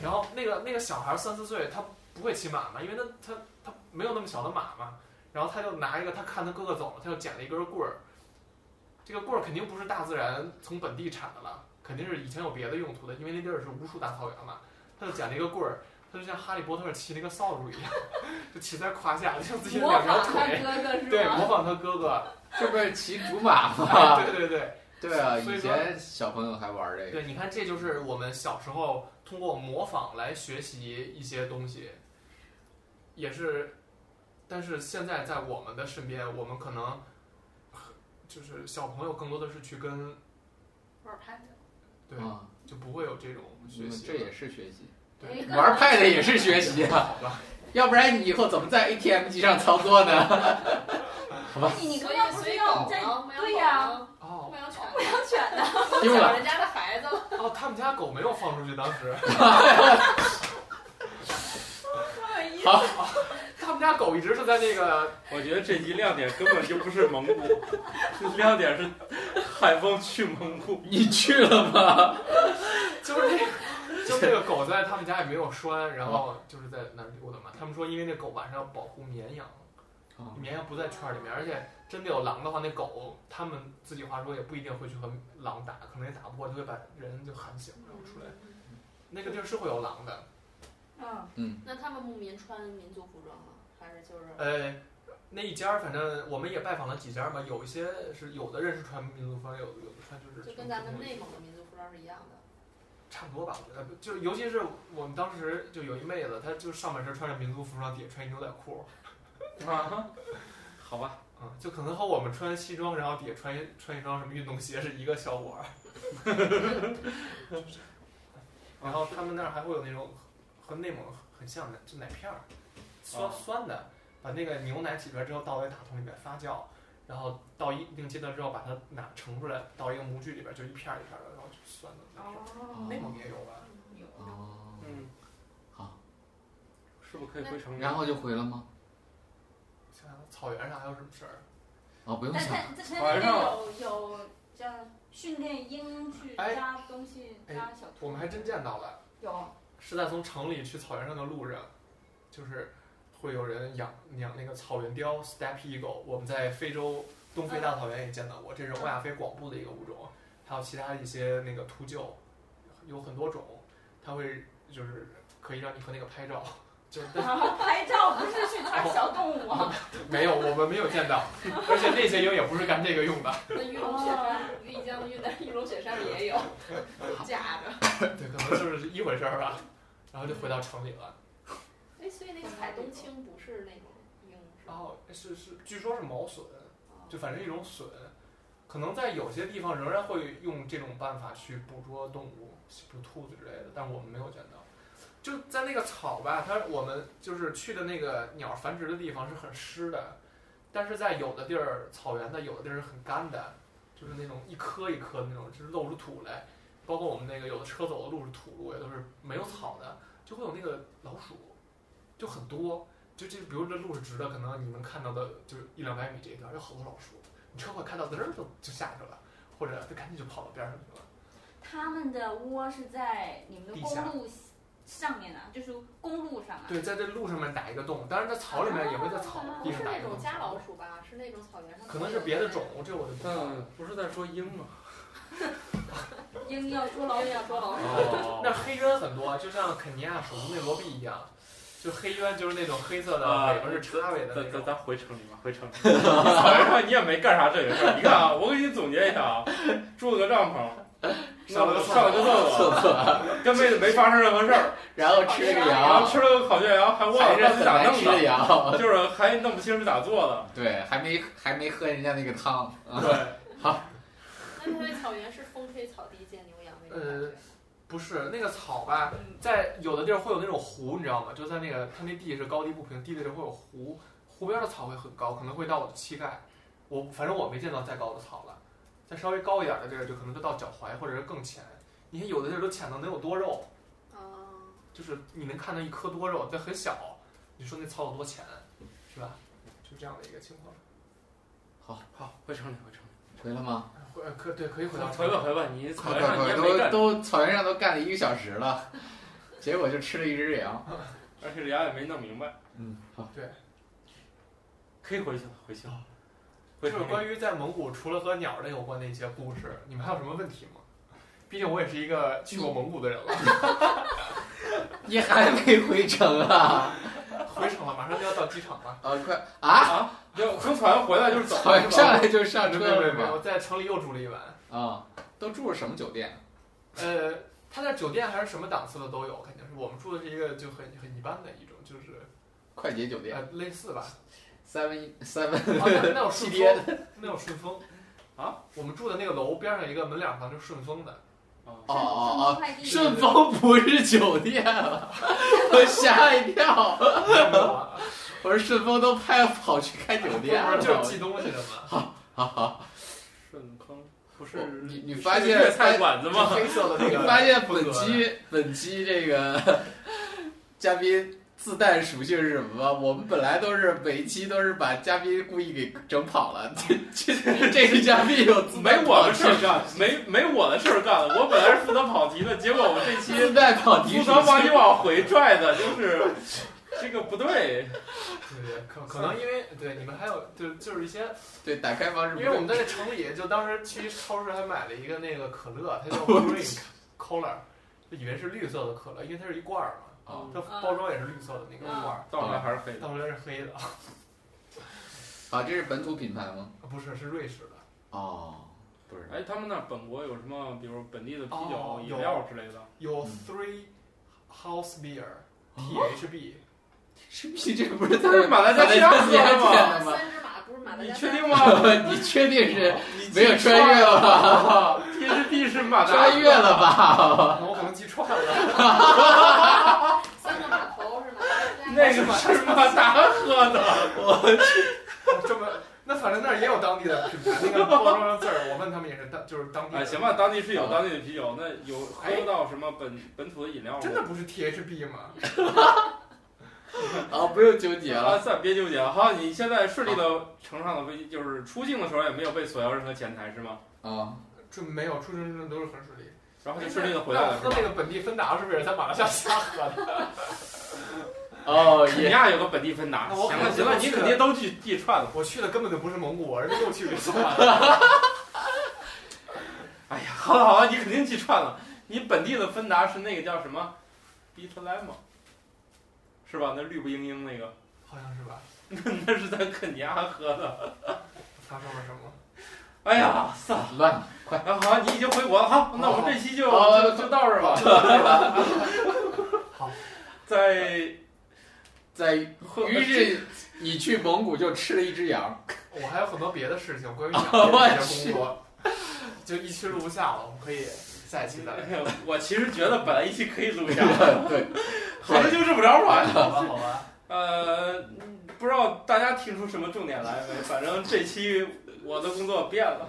Speaker 4: 然后那个那个小孩三四岁，他不会骑马嘛，因为他他他没有那么小的马嘛，然后他就拿一个，他看他哥哥走了，他就捡了一根棍儿，这个棍儿肯定不是大自然从本地产的了，肯定是以前有别的用途的，因为那地儿是无数大草原嘛，他就捡了一个棍儿。他就像哈利波特骑那个扫帚一样，就骑在胯下，就像 自己的
Speaker 2: 模
Speaker 4: 两条
Speaker 2: 仿他
Speaker 4: 腿，
Speaker 2: 哥哥是
Speaker 4: 对，模
Speaker 2: 吗？
Speaker 4: 仿他哥哥，
Speaker 5: 这不是骑竹马吗？
Speaker 4: 对对对，
Speaker 5: 对啊，
Speaker 4: 所以
Speaker 5: 以
Speaker 4: 说
Speaker 5: 前小朋友还玩这个，
Speaker 4: 对，你看，这就是我们小时候通过模仿来学习一些东西，也是，但是现在在我们的身边，我们可能就是小朋友更多的是去跟
Speaker 6: 玩儿 Pad，
Speaker 4: 对，
Speaker 5: 啊，
Speaker 4: 就不会有这种学习了。
Speaker 5: 这也是学习，
Speaker 6: 哎
Speaker 4: 对，
Speaker 5: 玩 Pad 也是学习啊，
Speaker 4: 好吧，
Speaker 5: 要不然你以后怎么在 ATM 机上操作呢？
Speaker 2: 你你刚
Speaker 6: 所以
Speaker 2: 刚不
Speaker 6: 所
Speaker 2: 是
Speaker 6: 以
Speaker 2: 要
Speaker 6: 狗
Speaker 2: 在
Speaker 6: 呢？没有
Speaker 2: 对
Speaker 6: 狗
Speaker 2: 呀
Speaker 6: 呢
Speaker 4: 哦
Speaker 6: 没有犬呢，
Speaker 2: 养犬的？
Speaker 5: 丢
Speaker 6: 抢
Speaker 5: 了，
Speaker 6: 人家的孩子了。
Speaker 4: 哦，他们家狗没有放出去，当时 他们家狗一直是在那个
Speaker 3: 我觉得这集亮点根本就不是蒙古，亮点是海风去蒙古。
Speaker 5: 你去了吗？
Speaker 4: 就是那个，就是那个狗在他们家也没有拴，然后就是在那儿溜达嘛。他们说，因为那狗晚上要保护绵羊
Speaker 5: 哦，
Speaker 4: 绵羊不在圈儿里面，而且真的有狼的话，那狗他们自己话说也不一定会去和狼打，可能也打不过，就会把人就喊醒，然后出来。那个地儿是会有狼的，
Speaker 2: 嗯，
Speaker 6: 那他们牧民穿民族服装吗？还是就是
Speaker 4: 呃，那一家儿反正我们也拜访了几家儿嘛，有一些是有的人是穿民族风，有有的穿就是
Speaker 6: 就跟
Speaker 4: 纯
Speaker 6: 咱
Speaker 4: 普
Speaker 6: 们
Speaker 4: 通
Speaker 6: 内蒙的民族服装是一样的？
Speaker 4: 差不多吧，我觉得就尤其是我们当时就有一妹子，她就上半身穿着民族服装，底下穿一牛仔裤，
Speaker 3: 啊，好吧，
Speaker 4: 嗯，就可能和我们穿西装，然后底下穿一穿一双什么运动鞋是一个效果。然后他们那儿还会有那种和内蒙很像的，就奶片儿，酸
Speaker 3: 啊
Speaker 4: 酸的，把那个牛奶挤出来之后倒在大桶里面发酵，然后到一定阶段之后把它拿盛出来，到一个模具里边就一片儿一片儿的，然后就酸的奶
Speaker 6: 哦
Speaker 4: 片儿。内蒙也有吧？
Speaker 2: 哦有
Speaker 5: 哦，
Speaker 3: 嗯，
Speaker 5: 好，
Speaker 3: 是不是可以回成都？
Speaker 5: 然后就回了吗？
Speaker 4: 想想草原上还有什么事儿？
Speaker 5: 哦，不用
Speaker 2: 但
Speaker 5: 想了，
Speaker 2: 他之前那边有有这样训练鹰去扎东西、
Speaker 4: 哎
Speaker 2: 扎小
Speaker 4: 我
Speaker 2: 兔，
Speaker 4: 们还真见到了。
Speaker 2: 有
Speaker 4: 是在从城里去草原上的路上，就是会有人养养那个草原貂 （step eagle）。我们在非洲东非大草原也见到过，这是欧亚非广布的一个物种，还有其他的一些那个秃鹫，有很多种，它会就是可以让你和那个拍照，就是但是
Speaker 2: 拍照不是去抓小动物啊，
Speaker 4: 没有，我们没有见到，而且那些鹰也不是干这个用的，
Speaker 6: 那玉龙雪山，丽江的玉南玉龙雪山里也有，架着。
Speaker 4: 对，可能就是一回事儿吧。然后就回到城里了，
Speaker 6: 哎，所以那个海东青不是那种鹰，是哦
Speaker 4: 然
Speaker 6: 吧？
Speaker 4: 后哦是是，据说是毛隼，就反正一种笋，可能在有些地方仍然会用这种办法去捕捉动物，捕兔子之类的，但我们没有见到。就在那个草吧，它我们就是去的那个鸟繁殖的地方是很湿的，但是在有的地儿草原的有的地儿是很干的，就是那种一颗一颗的那种，就是露出土来。包括我们那个有的车走的路是土路，也都是没有草的，就会有那个老鼠，就很多。就这，比如这路是直的，可能你能看到的就是一两百米这一段有好多老鼠，你车快开到滋儿就就下去了，或者它赶紧就跑到边上去了。
Speaker 2: 他们的窝是在你们的公路上面啊，就是公路上啊，
Speaker 4: 对，在这路上面打一个洞，当然在草里面也会在草地
Speaker 6: 啊哦不
Speaker 4: 上
Speaker 6: 是
Speaker 4: 打
Speaker 6: 那
Speaker 4: 一个
Speaker 6: 种
Speaker 4: 洞，
Speaker 6: 家老鼠吧？是那种草原上。
Speaker 4: 可能是别的种。，这我就不知道
Speaker 3: 但
Speaker 4: 了。
Speaker 3: 不是在说鹰吗？
Speaker 2: 鹰要捉老鼠，
Speaker 6: 要捉老鼠。
Speaker 3: 哦
Speaker 4: 那黑鸢很多，啊就像肯尼亚属内罗毕一样，就黑鸢就是那种黑色的，
Speaker 3: 啊
Speaker 4: 尾巴是叉尾的那
Speaker 3: 咱咱
Speaker 4: 种。
Speaker 3: 咱回城里吧，回城里。草原上你也没干啥正经事儿，你看啊，我给你总结一下啊，住了个帐篷，
Speaker 4: 上了个厕所
Speaker 3: 上了个厕所，跟妹子没发生任何事儿，
Speaker 5: 然后吃个
Speaker 3: 然后
Speaker 5: 羊，
Speaker 3: 吃了个烤全羊，还忘
Speaker 5: 还
Speaker 3: 了
Speaker 5: 是
Speaker 3: 到底
Speaker 5: 很
Speaker 3: 咋
Speaker 5: 难吃
Speaker 3: 弄
Speaker 5: 的
Speaker 3: 的，
Speaker 5: 羊，
Speaker 3: 就是还弄不清是咋做的。
Speaker 5: 对，还没还没喝人家那个汤，
Speaker 3: 啊对，
Speaker 6: 那它那草原是风吹草低见牛羊那种感觉。
Speaker 4: 不是那个草吧，在有的地儿会有那种湖，你知道吗？就在那个它那地是高低不平，低的时候会有湖，湖边的草会很高，可能会到我的膝盖。我反正我没见到再高的草了，再稍微高一点的地儿就可能就到脚踝或者是更浅。你看有的地儿都浅到能有多肉，
Speaker 6: 啊，
Speaker 4: 就是你能看到一颗多肉，但很小。你说那草有多浅，是吧？就这样的一个情况。
Speaker 3: 好，回城里，回城里。
Speaker 5: 回了 吗？
Speaker 4: 回呃可对可以回到
Speaker 3: 回吧回吧，你
Speaker 5: 快
Speaker 3: 草
Speaker 5: 快
Speaker 3: 原上你
Speaker 5: 快，
Speaker 3: 也没
Speaker 5: 都
Speaker 3: 干，
Speaker 5: 都草原上都干了一个小时了，结果就吃了一只羊。
Speaker 3: 而且人家也没弄明白，
Speaker 5: 嗯，好，哦
Speaker 3: 可以回去了，回去了。回
Speaker 4: 就是
Speaker 3: 城里
Speaker 4: 关于在蒙古除了和鸟类有关的一些故事，你们还有什么问题吗？毕竟我也是一个去过蒙古的人 了，
Speaker 5: 你还没回 城啊？
Speaker 4: 回城了，马上就要到机场了。
Speaker 5: 啊，快啊！
Speaker 3: 啊，就从草原回来就是走
Speaker 5: 草
Speaker 3: 了，
Speaker 5: 原上
Speaker 3: 是吧？
Speaker 5: 来就上
Speaker 4: 没
Speaker 5: 车
Speaker 4: 有没
Speaker 5: 了
Speaker 4: 有没有，
Speaker 5: 吗？
Speaker 4: 在城里又住了一晚。
Speaker 5: 啊，都住着什么酒店？啊
Speaker 4: 呃，他在酒店还是什么档次的都有，肯定是我们住的是一个就很很一般的一种，就是
Speaker 5: 快捷酒店
Speaker 4: 呃类似 吧。
Speaker 5: ，seven seven
Speaker 4: 啊、那那有顺
Speaker 5: 西边
Speaker 4: 丰，那有顺丰
Speaker 3: 啊。
Speaker 4: 我们住的那个楼边上一个门脸房就是顺丰 的，
Speaker 3: 啊
Speaker 5: 哦哦哦，
Speaker 2: 快递
Speaker 5: 顺丰不是酒店了，我吓一跳，
Speaker 4: 不
Speaker 5: 我说顺丰都派跑去开酒店了
Speaker 4: 是。就是寄东西的嘛。
Speaker 5: 好好，
Speaker 3: 顺坑不
Speaker 5: 我
Speaker 3: 是
Speaker 5: 哦你你
Speaker 3: 是
Speaker 5: 发现
Speaker 3: 粤菜馆子
Speaker 4: 就
Speaker 3: 吗？
Speaker 4: 黑色的那
Speaker 5: 你
Speaker 4: 个，
Speaker 5: 发现本期本期这个嘉宾自带属性是什么吗？我们本来都是每一期都是把嘉宾故意给整跑了，这这这个嘉宾有自
Speaker 3: 没
Speaker 5: 带
Speaker 3: 我
Speaker 5: 跑
Speaker 3: 的
Speaker 5: 题
Speaker 3: 事儿干，没没我的事儿干了。我本来是负责跑题的，结果我这期
Speaker 5: 自带跑题
Speaker 3: 负
Speaker 5: 属
Speaker 3: 责把你
Speaker 5: 性。
Speaker 3: 往回拽的，就是这个不对。
Speaker 4: 对对， 可可能因为对你们还有就就是一些
Speaker 5: 对，打开方式不
Speaker 4: 因为我们
Speaker 5: 对。
Speaker 4: 在那城里，就当时去超市还买了一个那个可乐，它 叫 Drink Cola，就以为是绿色的可乐，因为它是一罐儿
Speaker 5: 啊
Speaker 4: 嘛，
Speaker 6: 嗯
Speaker 4: 它包装也是绿色的那个罐儿，
Speaker 3: 到来还是黑的。
Speaker 4: 倒出来是黑的，
Speaker 5: 啊，这是本土品牌吗？
Speaker 4: 不是是瑞士的，
Speaker 5: 哦，不是。
Speaker 3: 哎，他们那本国有什么，比如本地的啤酒
Speaker 4: 哦、
Speaker 3: 饮料之类的？
Speaker 4: 有
Speaker 5: 嗯
Speaker 4: Three House
Speaker 3: 啊
Speaker 4: Beer，THB，
Speaker 5: 是不是这个不是
Speaker 3: 不是马来西亚
Speaker 5: 马来西
Speaker 3: 喝
Speaker 5: 亚
Speaker 3: 的
Speaker 5: 的吗？
Speaker 6: 三只马不是马达
Speaker 3: 你
Speaker 6: 加斯
Speaker 3: 确
Speaker 6: 加
Speaker 3: 定
Speaker 6: 吗？
Speaker 3: 吗？
Speaker 5: 你确定是
Speaker 3: 你
Speaker 5: 没有穿越了吧？
Speaker 3: 吧？THB 是马达
Speaker 5: 穿越了吧？
Speaker 3: 啊
Speaker 4: 可能我可能记串了，
Speaker 6: 三个码头是马达加斯加
Speaker 3: 那个是马达喝的，
Speaker 4: 这么那反正那儿也有当地的品牌，那个包装上字儿，我问他们也是当就是当地
Speaker 3: 哎，
Speaker 4: 的，
Speaker 3: 行吧，，当地是有当地的啤酒，那有喝不到什么本本土的饮料吗？
Speaker 4: 真的不是 THB 吗？
Speaker 5: 啊，不用纠结
Speaker 3: 啊，
Speaker 5: 了。
Speaker 3: 算别纠结了。好，你现在顺利的乘上了飞机，就是出境的时候也没有被索要任何钱财是吗？
Speaker 5: 啊，
Speaker 4: 这没有，出生证都是很顺利。
Speaker 3: 然后就顺利的回来了是
Speaker 4: 那
Speaker 3: 吗
Speaker 4: 喝？那个本地芬达是不是也在马来西亚喝的？
Speaker 5: 哦
Speaker 3: 肯尼啊
Speaker 5: 也
Speaker 3: 亚有个本地芬达。
Speaker 4: 那我
Speaker 3: 行
Speaker 4: 可
Speaker 3: 了
Speaker 4: 能
Speaker 3: 行了，你
Speaker 4: 去了
Speaker 3: 肯定都去地串了。
Speaker 4: 我去的根本就不是蒙古，而是又去了一次马来西亚。
Speaker 3: 哎呀，好了好了，你肯定去串了。你本地的芬达是那个叫什么 b e a t l e m 是吧？那绿不莹莹那个，
Speaker 4: 好像是吧？
Speaker 3: 那是在肯尼亚喝的。
Speaker 4: 发生了什么？
Speaker 3: 哎呀，算了。
Speaker 5: 乱
Speaker 3: 啊，好，你已经回国了，好，那我们这期 就
Speaker 5: 好
Speaker 3: 哦就就到这儿吧。
Speaker 4: 好，
Speaker 3: 在
Speaker 5: 在于是你去蒙古就吃了一只羊，
Speaker 4: 我还有很多别的事情，关于 养殖的一些工作，就一期录不下了，我们可以下一期再聊。
Speaker 3: 我其实觉得本来一期可以录 下，
Speaker 5: 对，
Speaker 3: 好像就这么着吧。
Speaker 4: 好吧，好吧，
Speaker 3: 呃，不知道大家听出什么重点来 没？反正这期我的工作变 了，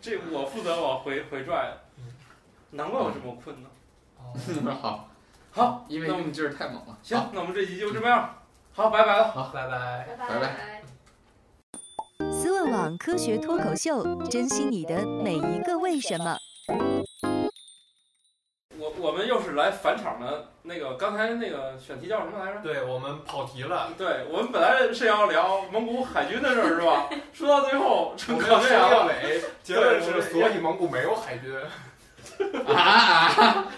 Speaker 3: 这我负责往回回拽了
Speaker 4: 嗯，
Speaker 3: 难怪我这么困呢。
Speaker 4: 哦
Speaker 5: 好，
Speaker 3: 好，
Speaker 5: 因为
Speaker 3: 那我
Speaker 5: 你
Speaker 3: 们
Speaker 5: 们就是太猛了。
Speaker 3: 行，那我们这期就这么样，好，拜拜了。
Speaker 4: 拜 拜。
Speaker 6: 拜
Speaker 5: 拜
Speaker 6: 拜。
Speaker 7: 思问网科学脱口秀，珍惜你的每一个为什么。
Speaker 3: 我我们又是来返场的。那个刚才那个选题叫什么来着？
Speaker 4: 对我们跑题了，
Speaker 3: 对我们本来是要聊蒙古海军的事儿，是吧？ 说到最后，
Speaker 4: 我
Speaker 3: 成
Speaker 4: 们
Speaker 3: 可
Speaker 4: 要
Speaker 3: 那
Speaker 4: 说
Speaker 3: 样
Speaker 4: 结
Speaker 3: 了。
Speaker 4: 尾，结论
Speaker 3: 对我
Speaker 4: 是
Speaker 3: 们
Speaker 4: 所以蒙古没有海军。
Speaker 5: 啊啊！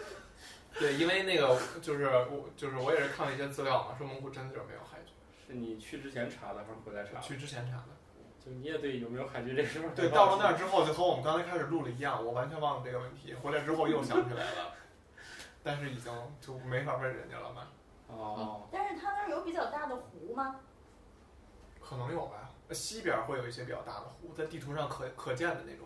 Speaker 4: 对，因为那个就是我就是我也是看了一些资料嘛，说蒙古真的就没有海军，
Speaker 3: 是你去之前查的，还是回来查的？
Speaker 4: 去之前查的。
Speaker 3: 就你也对有没有海军这事儿？
Speaker 4: 对，到了那儿。之后，就和我们刚才开始录了一样，我完全忘了这个问题，回来之后又想起来了，但是已经就没法问人家了嘛，
Speaker 3: 哦，
Speaker 2: 但是他那儿有比较大的湖吗？
Speaker 4: 可能有吧。西边会有一些比较大的湖，在地图上可可见的那种。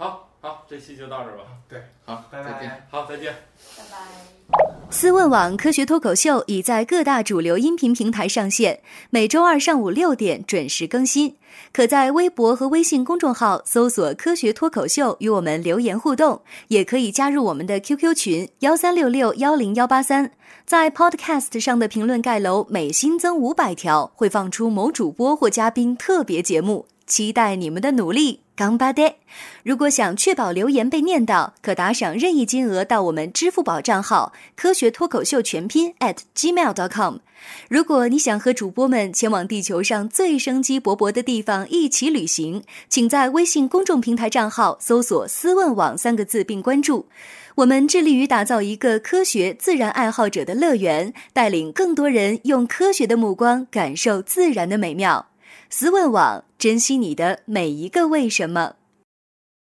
Speaker 3: 好好，这期就到这儿吧。
Speaker 4: 对，
Speaker 5: 好，
Speaker 4: 拜
Speaker 5: 再见。
Speaker 4: 拜。
Speaker 3: 好，再见。
Speaker 2: 拜拜。
Speaker 7: 思问网科学脱口秀已在各大主流音频平台上线，每周二上午六点准时更新。可在微博和微信公众号搜索“科学脱口秀”与我们留言互动，也可以加入我们的 QQ 群幺三六六幺零幺八三。在 Podcast 上的评论盖楼每新增五百条，会放出某主播或嘉宾特别节目。期待你们的努力，干巴爹！如果想确保留言被念到，可打赏任意金额到我们支付宝账号“科学脱口秀全拼 ”at gmail.com。如果你想和主播们前往地球上最生机勃勃的地方一起旅行，请在微信公众平台账号搜索“思问网”三个字并关注。我们致力于打造一个科学自然爱好者的乐园，带领更多人用科学的目光感受自然的美妙。思问网，珍惜你的每一个为什么。